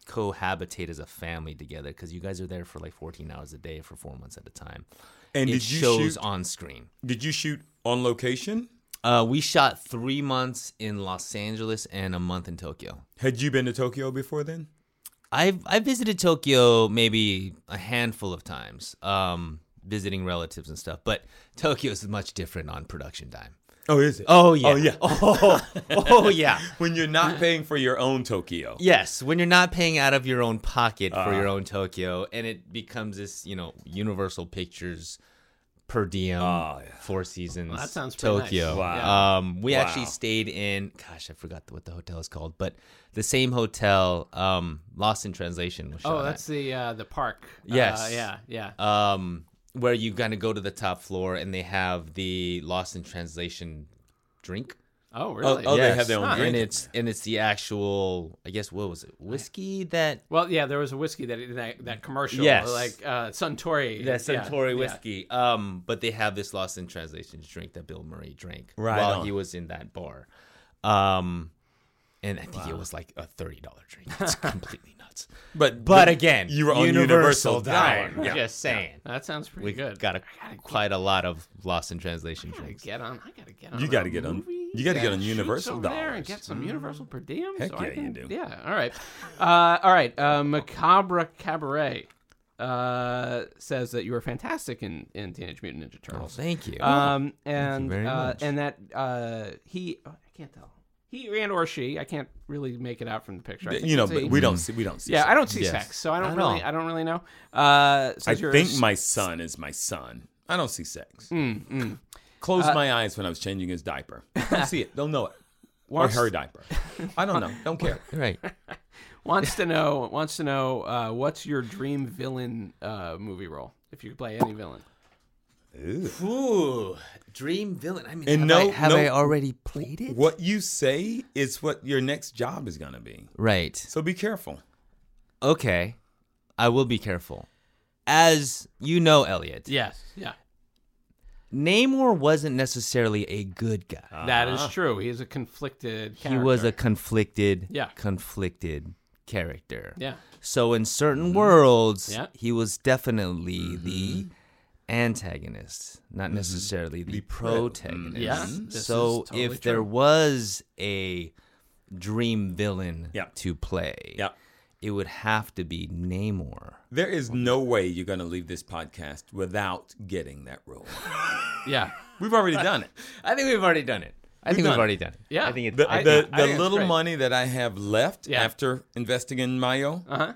cohabitate as a family together because you guys are there for like 14 hours a day for four months at a time.
And
it
did you
shows
shoot-
on screen.
Did you shoot on location?
Uh, we shot three months in Los Angeles and a month in Tokyo.
Had you been to Tokyo before then?
I've I visited Tokyo maybe a handful of times, um, visiting relatives and stuff. But Tokyo is much different on production time.
Oh, is it?
Oh yeah.
Oh yeah.
oh yeah.
when you're not paying for your own Tokyo.
Yes, when you're not paying out of your own pocket for your
Uh-huh.
own Tokyo, and it becomes this, you know, Universal Pictures per diem, Four Seasons.
that sounds pretty nice.
Tokyo.
Oh, Wow.
Um, we actually
Wow.
stayed in. Gosh, I forgot what the hotel is called, but the same hotel. Um, Lost in Translation was shot
Oh,
at.
that's the uh, the park.
Yes.
Uh, yeah, yeah.
um, where you kind of go to the top floor and they have the Lost in Translation drink.
oh, really?
oh, they have their own
Huh.
and
drink?
it's and it's the actual. I guess what was it? Whiskey that
Well, yeah, there was a whiskey that that, that commercial,
Yes.
like uh, Suntory.
Yeah, Suntory
yeah.
whiskey. Um, but they have this Lost in Translation drink that Bill Murray drank
Right
while
on.
he was in that bar. Um, and I think it was like a thirty dollar drink. It's completely nuts.
But
But again,
you were on Universal Dime.
Dime.
Yeah.
Just saying,
That sounds pretty
we
good.
got a, quite a lot of Lost in Translation drinks.
get on. I gotta get on.
You gotta
gotta
get on-
Movie
you gotta get
that
on
shoots
Universal
over there and
dollars.
get some Universal per diem.
Heck
so
yeah,
I
you
can,
do.
Yeah. All right. Uh, all right. Uh, Macabre Cabaret uh, says that you were fantastic in, in Teenage Mutant
Oh,
Ninja
Well,
Turtles.
thank you.
um, and
very
uh,
much.
and that uh, he oh, I can't tell he and or she I can't really make it out from the picture. I
you know,
think it's
but
a-
we don't see. We don't see.
yeah, I don't see
Yes.
sex, so I don't
At
really
all.
I don't really know. Uh, says
I
you're a
think my son is Mm, my son. I don't see sex. Closed my eyes when I was changing his diaper. Don't see it. Don't know it. Or her diaper. I don't know. Don't care.
right.
wants to know wants to know uh, what's your dream villain uh, movie role if you could play any villain.
Ooh, dream villain. I mean,
And
have,
no-
I, have
no-
I already played it?
What you say is what your next job is gonna be.
Right.
So be careful.
Okay, I will be careful. As you know, Elliot.
Yes, yeah,
Namor wasn't necessarily a good guy.
that
Uh-huh.
is true. He is a conflicted. Character.
He was a conflicted,
Yeah.
conflicted character.
yeah. Mm-hmm.
So in certain worlds,
Yeah. Mm-hmm.
he was definitely the antagonist, not necessarily Mm-hmm. the, protagonist.
Mm, Yeah, this is
So
totally
if there
true.
was a dream villain
Yeah.
to play,
Yeah.
it would have to be Namor.
There is no way you're gonna leave this podcast without getting that role.
yeah.
We've already done it.
I think we've already done it. I think
done
we've
it.
already done it.
Yeah.
I think it's
The,
I
the,
think-
I
the
think it's
little
great.
money that I have left
Yeah.
after investing in Mayo,
Uh-huh.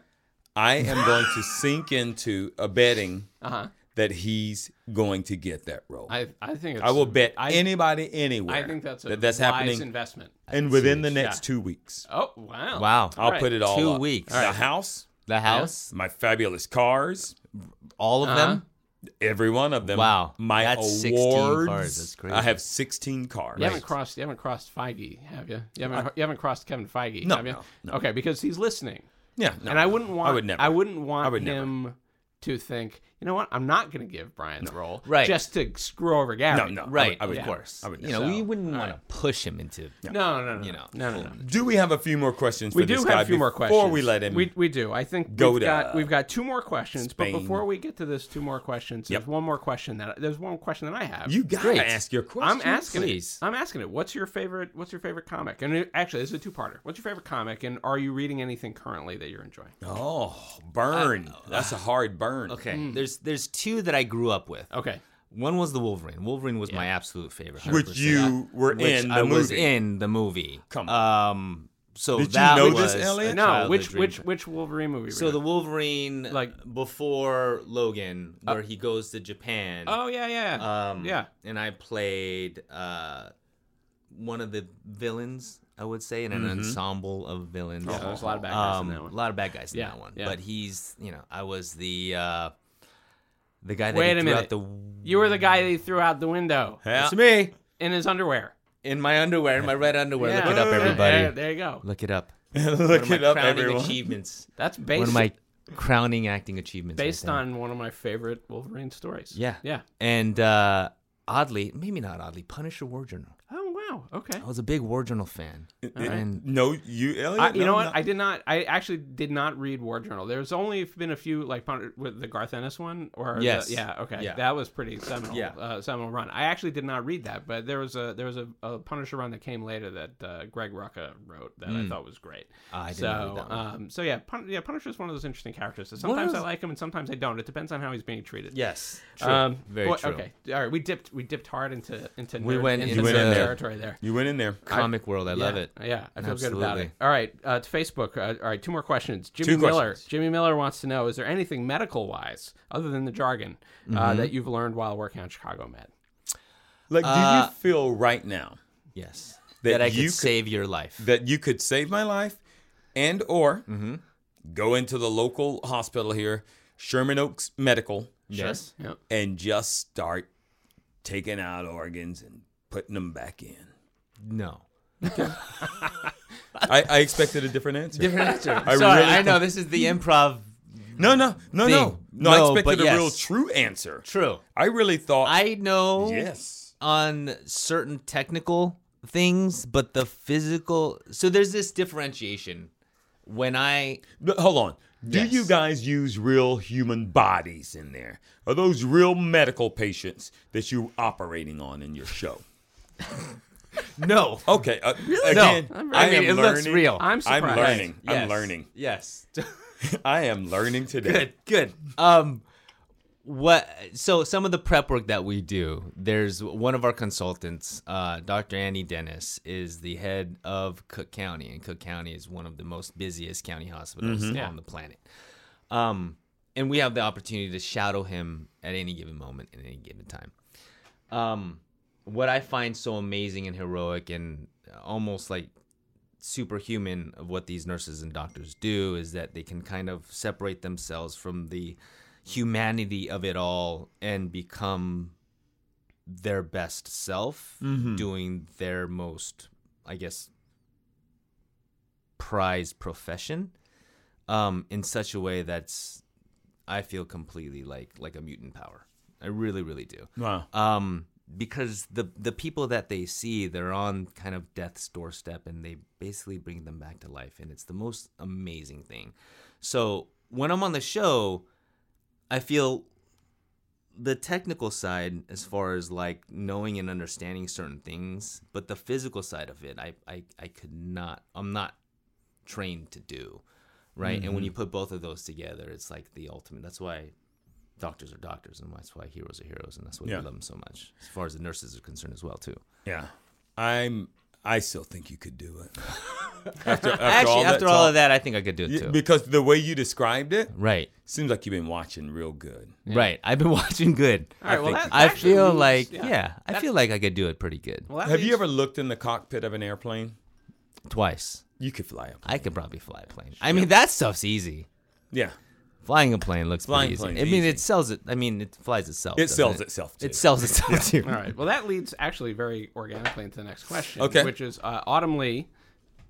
I am going to sink into a betting
Uh-huh.
that he's going to get that role. I,
I I think it's,
will bet
I,
anybody anywhere.
I think that's a
that that's
wise
happening,
investment.
and within the
Yeah.
next two weeks,
Oh wow!
wow.
I'll
right.
put it all
Two
up.
weeks.
The house,
The house,
my fabulous cars,
all of
Uh-huh.
them.
every one of them.
Wow.
my
That's 16
awards.
cars. That's crazy.
I have sixteen cars.
You haven't crossed. You haven't crossed Feige, have you? You haven't. you haven't crossed Kevin Feige,
No,
have you?
no,
Okay, because he's listening,
Yeah, no.
and I wouldn't want.
I would never.
I wouldn't want
would never.
him to think. You know what? I'm not going to give Brian the role,
Right.
Just to screw over Gary.
No, no. I would-
Right,
I would
of
never.
course.
I would
you know,
never.
we wouldn't want to push him into.
No, no, no,
You
no,
know,
no, no, no.
Do we have a few more questions?
We
for
do
this
have
guy
a few more
before
questions
we let him?
We, we do. I think
go
we've
to
got we've got two more questions,
Spain.
but before we get to this, two more questions.
Yep.
There's one more question that there's one question that I have.
you gotta
Great.
ask your question.
I'm asking
please.
it. I'm asking it. What's your favorite? What's your favorite comic? And it- actually, this is a two-parter. What's your favorite comic? And are you reading anything currently that you're enjoying?
Oh, burn. That's a hard burn.
Okay, there's there's there's two that I grew up with.
Okay.
One was the Wolverine. Wolverine was my absolute favorite. 100%.
Which you were
Which
in the
I
movie.
was in the movie.
Come
Um, so
Did you
that
know
was
this, Elliot?
a
No,
childhood
which
dream.
which which Wolverine movie? were
So
you
the
in?
Wolverine,
Like-
like before Logan,
Uh,
where he goes to Japan.
oh yeah yeah yeah.
Um,
yeah
And I played uh, one of the villains, I would say, in an ensemble of villains.
Mm-hmm.
Um,
Yeah, there's a lot of bad guys in that one.
A lot of bad guys in
Yeah,
that one.
yeah.
But he's, you know, I was the uh, the guy that
Wait
he
a
threw
minute.
out the.
you were the guy that he threw out the window
It's me
in his underwear.
in my underwear, in my red underwear.
Yeah.
Look it up, everybody.
There, there you go.
Look it up. One
Look
of my
it up,
crowning
everyone.
achievements.
That's
One
based
of my crowning acting achievements. I
based
think.
on one of my favorite Wolverine stories.
Yeah.
yeah.
And uh, oddly, maybe not oddly, Punisher War Journal.
Oh wow. Okay.
I was a big War Journal fan. And
No, you, Elliot.
I, you
no,
know what?
no.
I did not. I actually did not read War Journal. There's only been a few, like pun- with the Garth Ennis one, or the-
Yes.
yeah, okay,
Yeah.
that was pretty seminal,
Yeah.
uh, seminal run. I actually did not read that, but there was a there was a, a Punisher run that came later that uh, Greg Rucka wrote that I thought was great.
Hmm. I did
so
not read that one.
um, so yeah, Pun- yeah, Punisher's one of those interesting characters. That
One of
sometimes I
those-
like him and sometimes I don't. It depends on how he's being treated.
yes,
Um,
very
boy-
true.
Okay, all right. We dipped we dipped hard into into
We
nerd-
went
into
into
nerd
the-
territory there.
you went in there.
Comic world, I love
Yeah,
it.
Yeah, I feel good about
Absolutely.
it. All right, uh, to Facebook. Uh, all right, two more questions. Jimmy
Two
Miller.
questions.
Jimmy Miller wants to know: Is there anything medical wise, other than the jargon, uh,
Mm-hmm.
that you've learned while working on Chicago Med?
Like, do
Uh,
you feel right now
Yes,
That
that, I could
you could-
save your life.
that you could save my life, and or go into the local hospital here, Sherman Oaks Medical,
yes,
Yep.
and just start taking out organs and putting them back in?
no.
I, I expected a different answer.
I Sorry,
really
I know this is the improv.
No, no, no, no,
Thing.
no. I
No,
expected
but
a real
yes.
true answer.
True.
I really thought.
I know.
yes.
on certain technical things, but the physical. So there's this differentiation. When I
But hold on. Do
Yes.
you guys use real human bodies in there? Are those real medical patients that you operating on in your show?
no,
Okay. Uh, Again,
I'm
I
I mean
am
it
learning.
looks real.
I'm surprised.
Oh, I'm learning.
Yes.
I'm learning.
Yes,
I am learning today.
good, good. Um, what? So some of the prep work that we do. There's one of our consultants, uh, Dr. Annie Dennis, is the head of Cook County, and Cook County is one of the most busiest county hospitals on
Yeah.
the planet. Um, and we have the opportunity to shadow him at any given moment, in any given time. Um, what I find so amazing and heroic and almost like superhuman of what these nurses and doctors do is that they can kind of separate themselves from the humanity of it all and become their best self doing their most i guess prized profession um in such a way that's i feel completely like like a mutant power i really really do
Wow.
um, because the the people that they see, they're on kind of death's doorstep, and they basically bring them back to life, and it's the most amazing thing. So when I'm on the show, I feel the technical side as far as like knowing and understanding certain things, but the physical side of it, I I, I could not. I'm not trained to do. Right, and
Mm-hmm.
when you put both of those together, it's like the ultimate. That's why doctors are doctors, and that's why heroes are heroes, and that's why
Yeah.
we love them so much, as far as the nurses are concerned as well, too.
Yeah. I'm. I still think you could do it. after, after
Actually,
all
after
that
all
talk-
of that, I think I could do it
Yeah,
too.
because the way you described it
right,
seems like you've been watching real good.
right. I've been watching good.
All right. Well,
think-
that,
I
actually
feel like
leads- yeah.
yeah, I feel like I could do it pretty good.
Well, that
Have you
leads-
ever looked in the cockpit of an airplane?
Twice,
You could fly up.
I could probably fly a plane. I mean, that stuff's easy.
Yeah.
Flying a plane looks
Flying
pretty
plane's
easy. I mean,
easy.
it sells it. I mean, it flies itself.
It
doesn't
sells itself. Too.
It sells itself too.
All right. Well, that leads actually very organically into the next question,
Okay.
which is uh, Autumn Lee,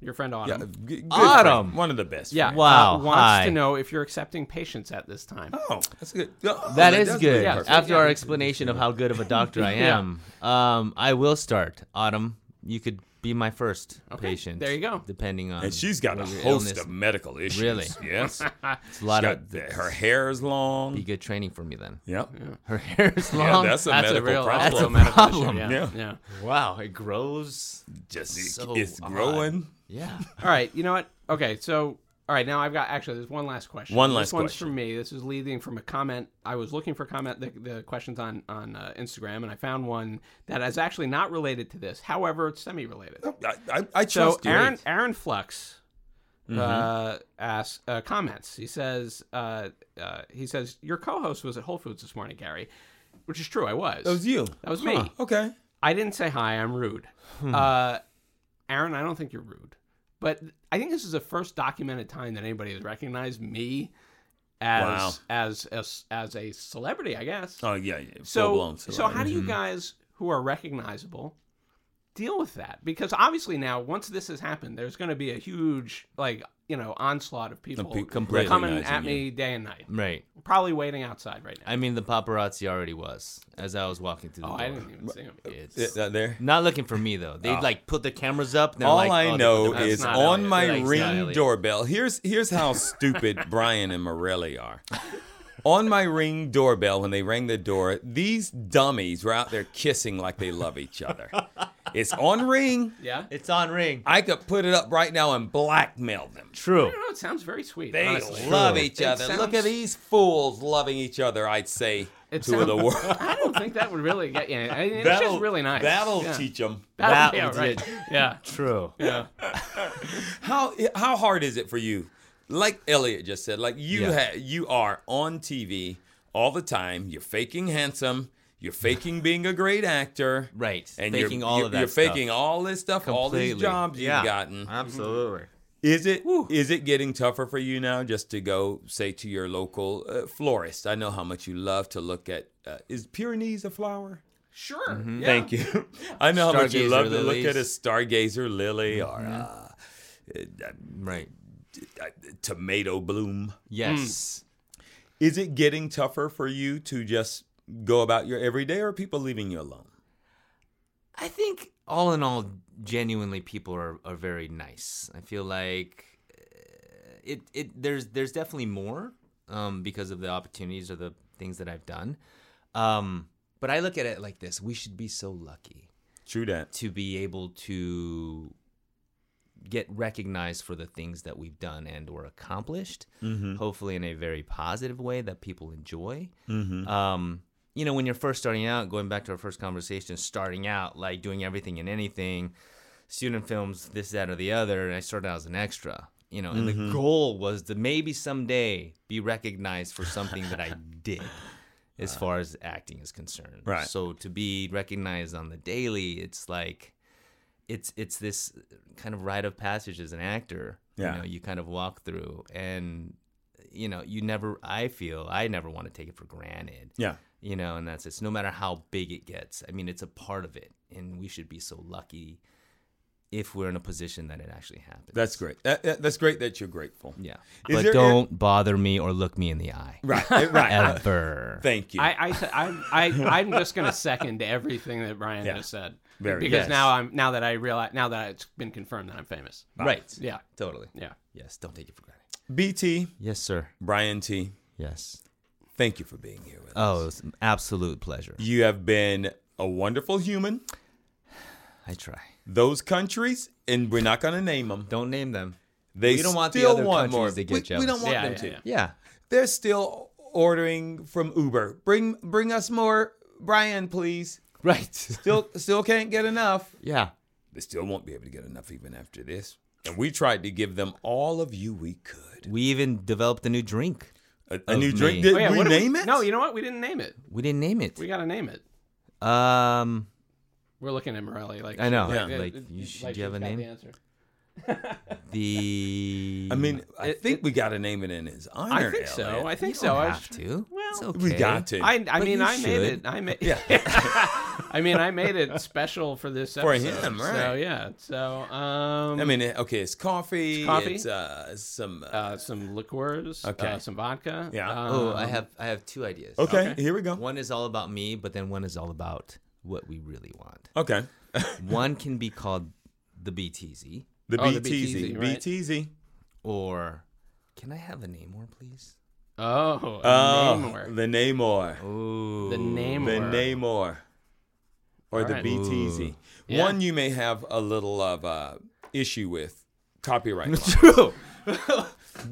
your friend
Yeah,
Autumn.
g- good
Um, Autumn.
friend. One of the best.
Yeah.
friends.
Wow,
uh, wants
hi.
to know if you're accepting patients at this time.
Oh, that's good. Oh,
That is
does
good.
make
Yeah,
perfect.
After our explanation of how good of a doctor I
Yeah.
am, um, I will start. Autumn, you could be my first patient.
there you go.
Depending on
And she's got a
what your
host
illness-
of medical issues.
Really?
Yes.
It's a lot
got
of
the- her hair is long.
be good training for me then.
Yep.
Her hair is
Yeah,
long.
that's a
That's a
medical
real,
problem.
that's a
a
medical
problem.
issue.
Yeah.
yeah.
wow, it grows.
Just it-
So
it's
odd.
growing.
Yeah.
All right, you know what? Okay, so All right, now I've got actually there's one last question.
One
This
last
one's
question.
from me. This is leading from a comment. I was looking for comment the, the questions on on uh, Instagram, and I found one that is actually not related to this. However, it's semi related.
I, I, I
So
trust you.
Aaron Aaron Flux
Mm-hmm.
uh, asks uh, comments. He says uh, uh, he says your co-host was at Whole Foods this morning, Gary, which is true. I was.
That was you.
That was
Huh,
me.
Okay.
I didn't say hi. I'm rude.
Hmm.
Uh, Aaron, I don't think you're rude, but I think this is the first documented time that anybody has recognized me as
Wow.
as, as as a celebrity. I guess.
Oh yeah. yeah,
so
full-blown
so
celebrity. Mm-hmm.
how do you guys who are recognizable deal with that? Because obviously now, once this has happened, there's going to be a huge like you know onslaught of people
pe-
Completely
coming
recognizing
at
you.
me day and night.
Right.
Probably waiting outside right now.
I mean, the paparazzi already was as I was walking through the
oh,
door.
I didn't even see him.
It's
Yeah, that there.
not looking for me though. They like put the cameras up. And they're
Oh. All
like,
I
oh, they
know
put the-
is on
not Elliot.
my
That's not
ring
Elliot.
doorbell. Here's here's how stupid Brian and Morelli are. On my ring doorbell, when they rang the door, these dummies were out there kissing like they love each other. It's on ring.
Yeah.
it's on ring.
I could put it up right now and blackmail them.
True.
I don't know. It sounds very sweet.
They
honestly.
love each
It
other. Look at
sounds-
these fools loving each other. I'd say
It
to the
sounds-
world.
I don't think that would really get you. I mean, it's just really nice.
That'll
yeah.
teach them.
That'll,
That
yeah,
would
right. yeah,
True.
yeah.
How how hard is it for you? Like Elliot just said, like you
Yeah.
ha- you are on TV all the time. You're faking handsome. You're faking being a great actor.
Right.
And you're-
faking all
you're,
of that.
You're
stuff.
faking all this stuff, all these
Completely.
jobs
Yeah.
you've gotten.
Absolutely.
Is it is it getting tougher for you now just to go say to your local uh, florist? I know how much you love to look at. Uh, is Pyrenees a flower?
Sure.
Mm-hmm.
Yeah.
Thank you. I know how much you
Stargazer
love to look
lilies. Mm-hmm.
at a stargazer lily or uh,
Right.
a tomato bloom.
Yes.
Is it getting tougher for you to just go about your everyday, or are people leaving you alone?
I think all in all, genuinely, people are, are very nice. I feel like uh, it it there's there's definitely more um, because of the opportunities or the things that I've done. Um, but I look at it like this: we should be so lucky
True that.
to be able to get recognized for the things that we've done and or accomplished hopefully in a very positive way that people enjoy
Mm-hmm.
um, you know when you're first starting out going back to our first conversation starting out like doing everything and anything student films this that or the other and i started out as an extra you know and
Mm-hmm.
the goal was to maybe someday be recognized for something that i did as far as acting is concerned
Uh. Right.
so to be recognized on the daily it's like it's it's this kind of rite of passage as an actor.
Yeah.
You know, you kind of walk through and you know, you never I feel I never want to take it for granted.
Yeah.
You know, and that's it's no matter how big it gets. I mean, it's a part of it and we should be so lucky if we're in a position that it actually happens.
That's great. That- that- that's great that you're grateful.
yeah.
Is
but
there-
don't bother me or look me in the eye.
Right. Right. Uh,
Ever.
Thank you.
I, I, I, I, I'm just gonna second everything that Brian
Yeah.
just said
Very
because
yes.
now I'm now that I realize now that it's been confirmed that I'm famous.
right.
Yeah,
Totally.
yeah.
Yes, don't take it for granted.
BT
Yes, sir.
Brian T.
Yes.
Thank you for being here with us.
Oh, it was an absolute pleasure.
You have been a wonderful human.
I try.
Those countries, and we're not going to name them.
Don't name them.
They
We don't want the
still
other
want more.
countries to get
we, we don't
jealous.
want
Yeah,
them
yeah,
to.
yeah.
Yeah.
They're still ordering from Uber. Bring bring us more, Brian, please.
Right.
Still still can't get enough.
Yeah.
They still won't be able to get enough even after this. And we tried to give them all of you we could.
We even developed a new drink.
A,
Of
new
me.
drink.
Oh,
Did
yeah,
we
what do
name it?
No, you know what? We didn't name it.
We didn't name it.
We gotta name it.
Um,
We're looking at Morelli like
I know.
Yeah.
uh,
Like,
uh,
you should,
like
do you have
she's
a
got the
name?
answer.
The.
I mean, I
It-
think
it-
we got to name it in his honor.
I think so.
Elliot.
I think
you
so.
don't
I was-
have to.
well,
it's okay.
we got to.
I, I
But
mean,
you
I made
should.
it. I made. I mean, I made it special for this
For
episode.
him,
So
right.
yeah. So um,
I mean, it- okay, it's coffee.
It's
It's,
coffee.
uh, some. Uh,
uh, some liqueurs.
Okay.
Uh, some vodka.
Yeah.
Um,
Oh, I have. I have two ideas.
okay, here we go.
One is all about me, but then one is all about what we really want.
Okay,
one can be called the BTZ,
the
Oh, the
BTZ,
BTZ, right.
BTZ.
or can I have a name more, please?
Oh, a
Oh,
Namor.
the Namor.
Oh,
The Namor.
The Namor. Or the
Alright.
BTZ.
Yeah.
One you may have a little of uh, issue with copyright. law.
True.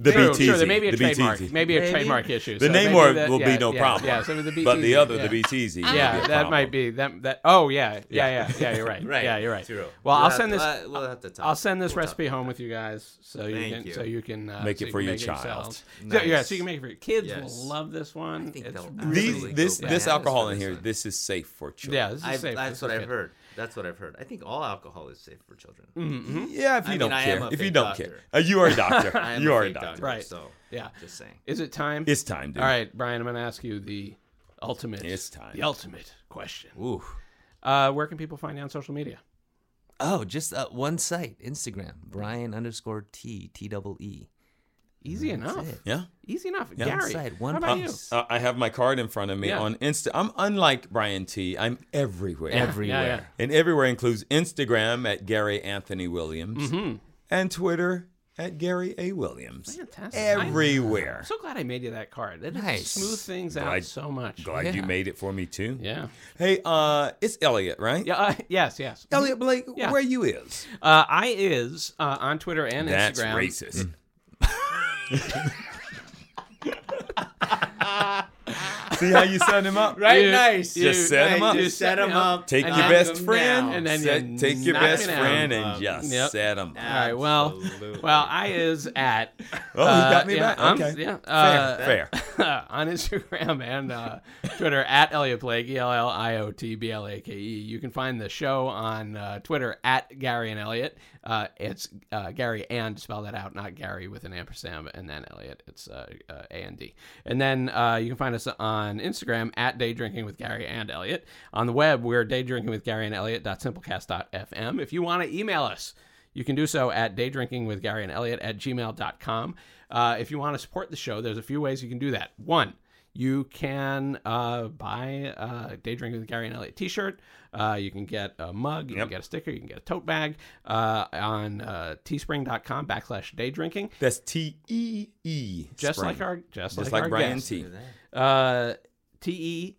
The
True,
BTZ.
sure, there may be a
the
trademark,
BTZ.
maybe a
Maybe.
trademark issue.
the
so
name
maybe
word
that-
will
yeah,
be no
yeah,
problem.
Yeah, so the
but the
BTZ,
other,
yeah.
the BTZ. would
Yeah,
be a
that might
problem.
be that. That oh yeah, yeah, yeah, yeah. You're right.
Right.
Yeah, you're right.
Zero.
Well,
We'll
I'll
have
send
to-
this.
uh, we'll have to talk.
I'll send this
We'll talk.
recipe home with you guys, so you
Thank
can,
you.
so you can uh,
Make it
so
for
you can
your
make
child.
yourselves. So- yeah, so
Nice.
you can make it for your kids.
Yes.
Will love this one.
think
it's
they'll
really
These, this
absolutely go
this
bananas
alcohol
for
in
this
here,
one.
this is safe for children.
yeah. This is
I've-
safe.
that's
this
what
is
I've
good.
heard. That's what I've heard. I think all alcohol is safe for children.
Mm-hmm.
Hmm? Yeah, if you
I mean,
don't
I am
care.
a
If you
fake
don't
doctor.
care. Uh, you are a doctor.
I am
you
a
are a
fake
doctor.
doctor,
Right.
So
Yeah.
just saying.
Is it time?
It's time, dude.
All right, Brian. I'm going to ask you the ultimate.
It's time.
The ultimate question.
Ooh.
Uh, where can people find you on social media?
Oh, just uh, one site, Instagram, Brian underscore T T double E.
Easy enough.
it.
Yeah.
Easy enough.
One
Gary,
side, one
how about you?
piece.
Uh, I have my card in front of me
Yeah.
on Insta. I'm unlike Brian T. I'm everywhere.
Everywhere.
yeah.
And everywhere includes Instagram at Gary Anthony Williams
Mm-hmm.
and Twitter at Gary A. Williams.
Fantastic.
Everywhere.
I'm so glad I made you that card. That
Nice.
smooth things out
Glad-
so much.
Glad you made it for me too.
Yeah.
Hey, uh, it's Elliot, right?
Yeah. Uh, yes. Yes. Uh,
Elliot Blake,
Yeah.
where you is?
I is uh, on Twitter and
That's
Instagram. Mm.
racist. See how you set him up?
Right.
You-
nice.
you- Just set 'em up.
you
Just
set 'em up.
Take
and
your
knock
best
him
friend,
down.
And then
set-
you
take your
knock
best
him down.
friend and just
Yep.
set him.
All right. Well.
Absolutely.
Well, I is at.
Oh, he
uh,
got me
yeah,
back.
I'm-
Okay.
Yeah. Uh,
fair, fair.
on Instagram and uh, Twitter at Elliot Blake, E L L I O T B L A K E. You can find the show on uh, Twitter at Gary and Elliot. Uh, it's uh, Gary and spell that out, not Gary with an ampersand and then Elliot. It's uh, uh, A and D. And then uh, you can find us on Instagram at Day Drinking with Gary and Elliot. On the web, we're Day Drinking with Gary and Elliot.simplecast.fm. If you want to email us, you can do so at daydrinkingwithgaryandelliot at gmail.com. Uh, if you want to support the show, there's a few ways you can do that. One, you can uh, buy a Day Drinking with Gary and Elliot t shirt. Uh, you can get a mug, you can get a sticker, you can get a tote bag uh, on uh, teespring.com backslash day drinking.
That's T E E.
Just
spring.
like our just,
just
like,
like,
our
Brian
guest.
T.
Uh, T E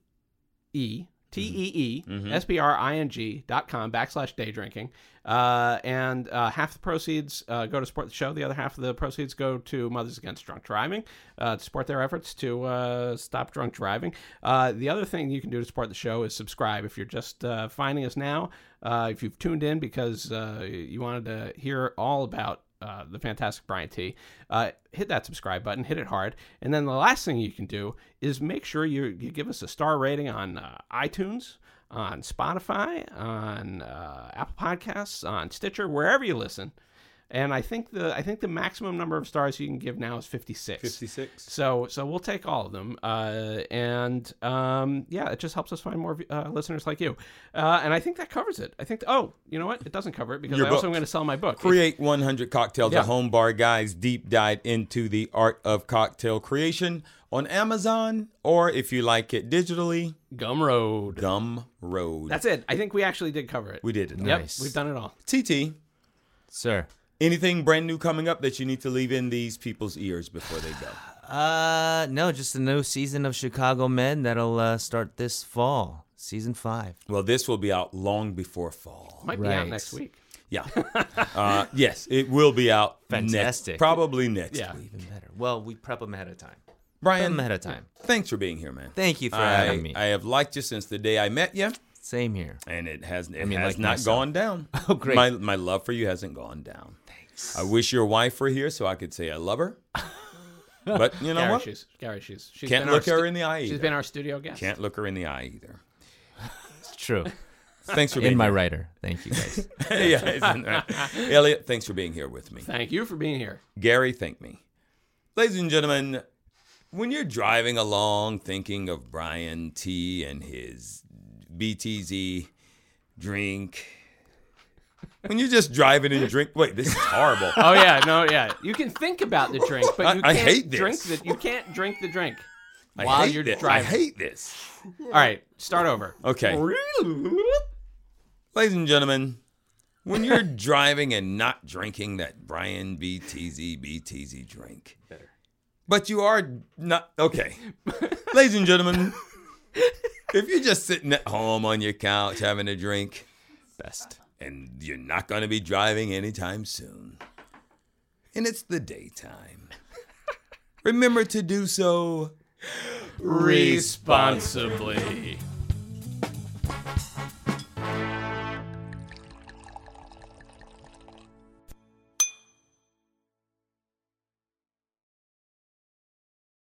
E T E E S B R I N G dot com backslash day drinking. Uh, and uh, half the proceeds uh, go to support the show. The other half of the proceeds go to Mothers Against Drunk Driving uh, to support their efforts to uh, stop drunk driving. Uh, the other thing you can do to support the show is subscribe. If you're just uh, finding us now, uh, if you've tuned in because uh, you wanted to hear all about uh, the fantastic Brian T. Uh, hit that subscribe button, hit it hard, and then the last thing you can do is make sure you you give us a star rating on uh, iTunes, on Spotify, on uh, Apple Podcasts, on Stitcher, wherever you listen. And I think the I think the maximum number of stars you can give now is fifty six.
56.
So so we'll take all of them, uh, and um, yeah, it just helps us find more uh, listeners like you. Uh, and I think that covers it. I think oh, you know what? It doesn't cover it because
Your
I also am
book.
going to sell my book.
Create 100 Cocktails,
Yeah.
a home bar guys deep dive into the art of cocktail creation on Amazon or if you like it digitally,
Gumroad.
Gumroad.
That's it. I think we actually did cover it.
we did it.
Yep,
Nice.
we've done it all.
TT,
Sir.
anything brand new coming up that you need to leave in these people's ears before they go?
Uh, no, just a new season of Chicago Men that'll uh, start this fall, season five.
Well, this will be out long before fall.
Might be out
Right.
next week.
Yeah. uh, yes, it will be out
Fantastic.
next. Probably next.
Yeah.
week.
Even better. Well, we prep them ahead of time. Prep
Brian,
them ahead of time.
thanks for being here, man.
Thank you for
I,
having me.
I have liked you since the day I met you,
Same here.
and it has it
mean,
has
like
not
myself.
gone down.
Oh, great.
My my love for you hasn't gone down. Thanks. I wish your wife were here so I could say I love her. But you know
Gary,
what?
she's Gary, she's she's
Can't
been our
look her
stu-
in the eye.
She's
Either.
been our studio guest.
Can't look her in the eye either.
It's true.
Thanks for being
In my
here.
writer. Thank you guys.
yeah, isn't that- Elliot, thanks for being here with me.
Thank you for being here.
Gary, thank me. Ladies and gentlemen, when you're driving along thinking of Brian T and his BTZ drink, when you're just driving and drink, wait, this is horrible.
Oh yeah, no, yeah. You can think about the drink, but you
I- I
can't
hate this.
drink the you can't drink the drink
I
while
hate
you're
this.
driving.
I hate this.
All right, start over.
Okay. Ladies and gentlemen, when you're driving and not drinking that Brian BTZ BTZ drink, but you are not okay. Ladies and gentlemen, if you're just sitting at home on your couch having a drink,
Best.
and you're not going to be driving anytime soon, and it's the daytime. Remember to do so
Responsibly.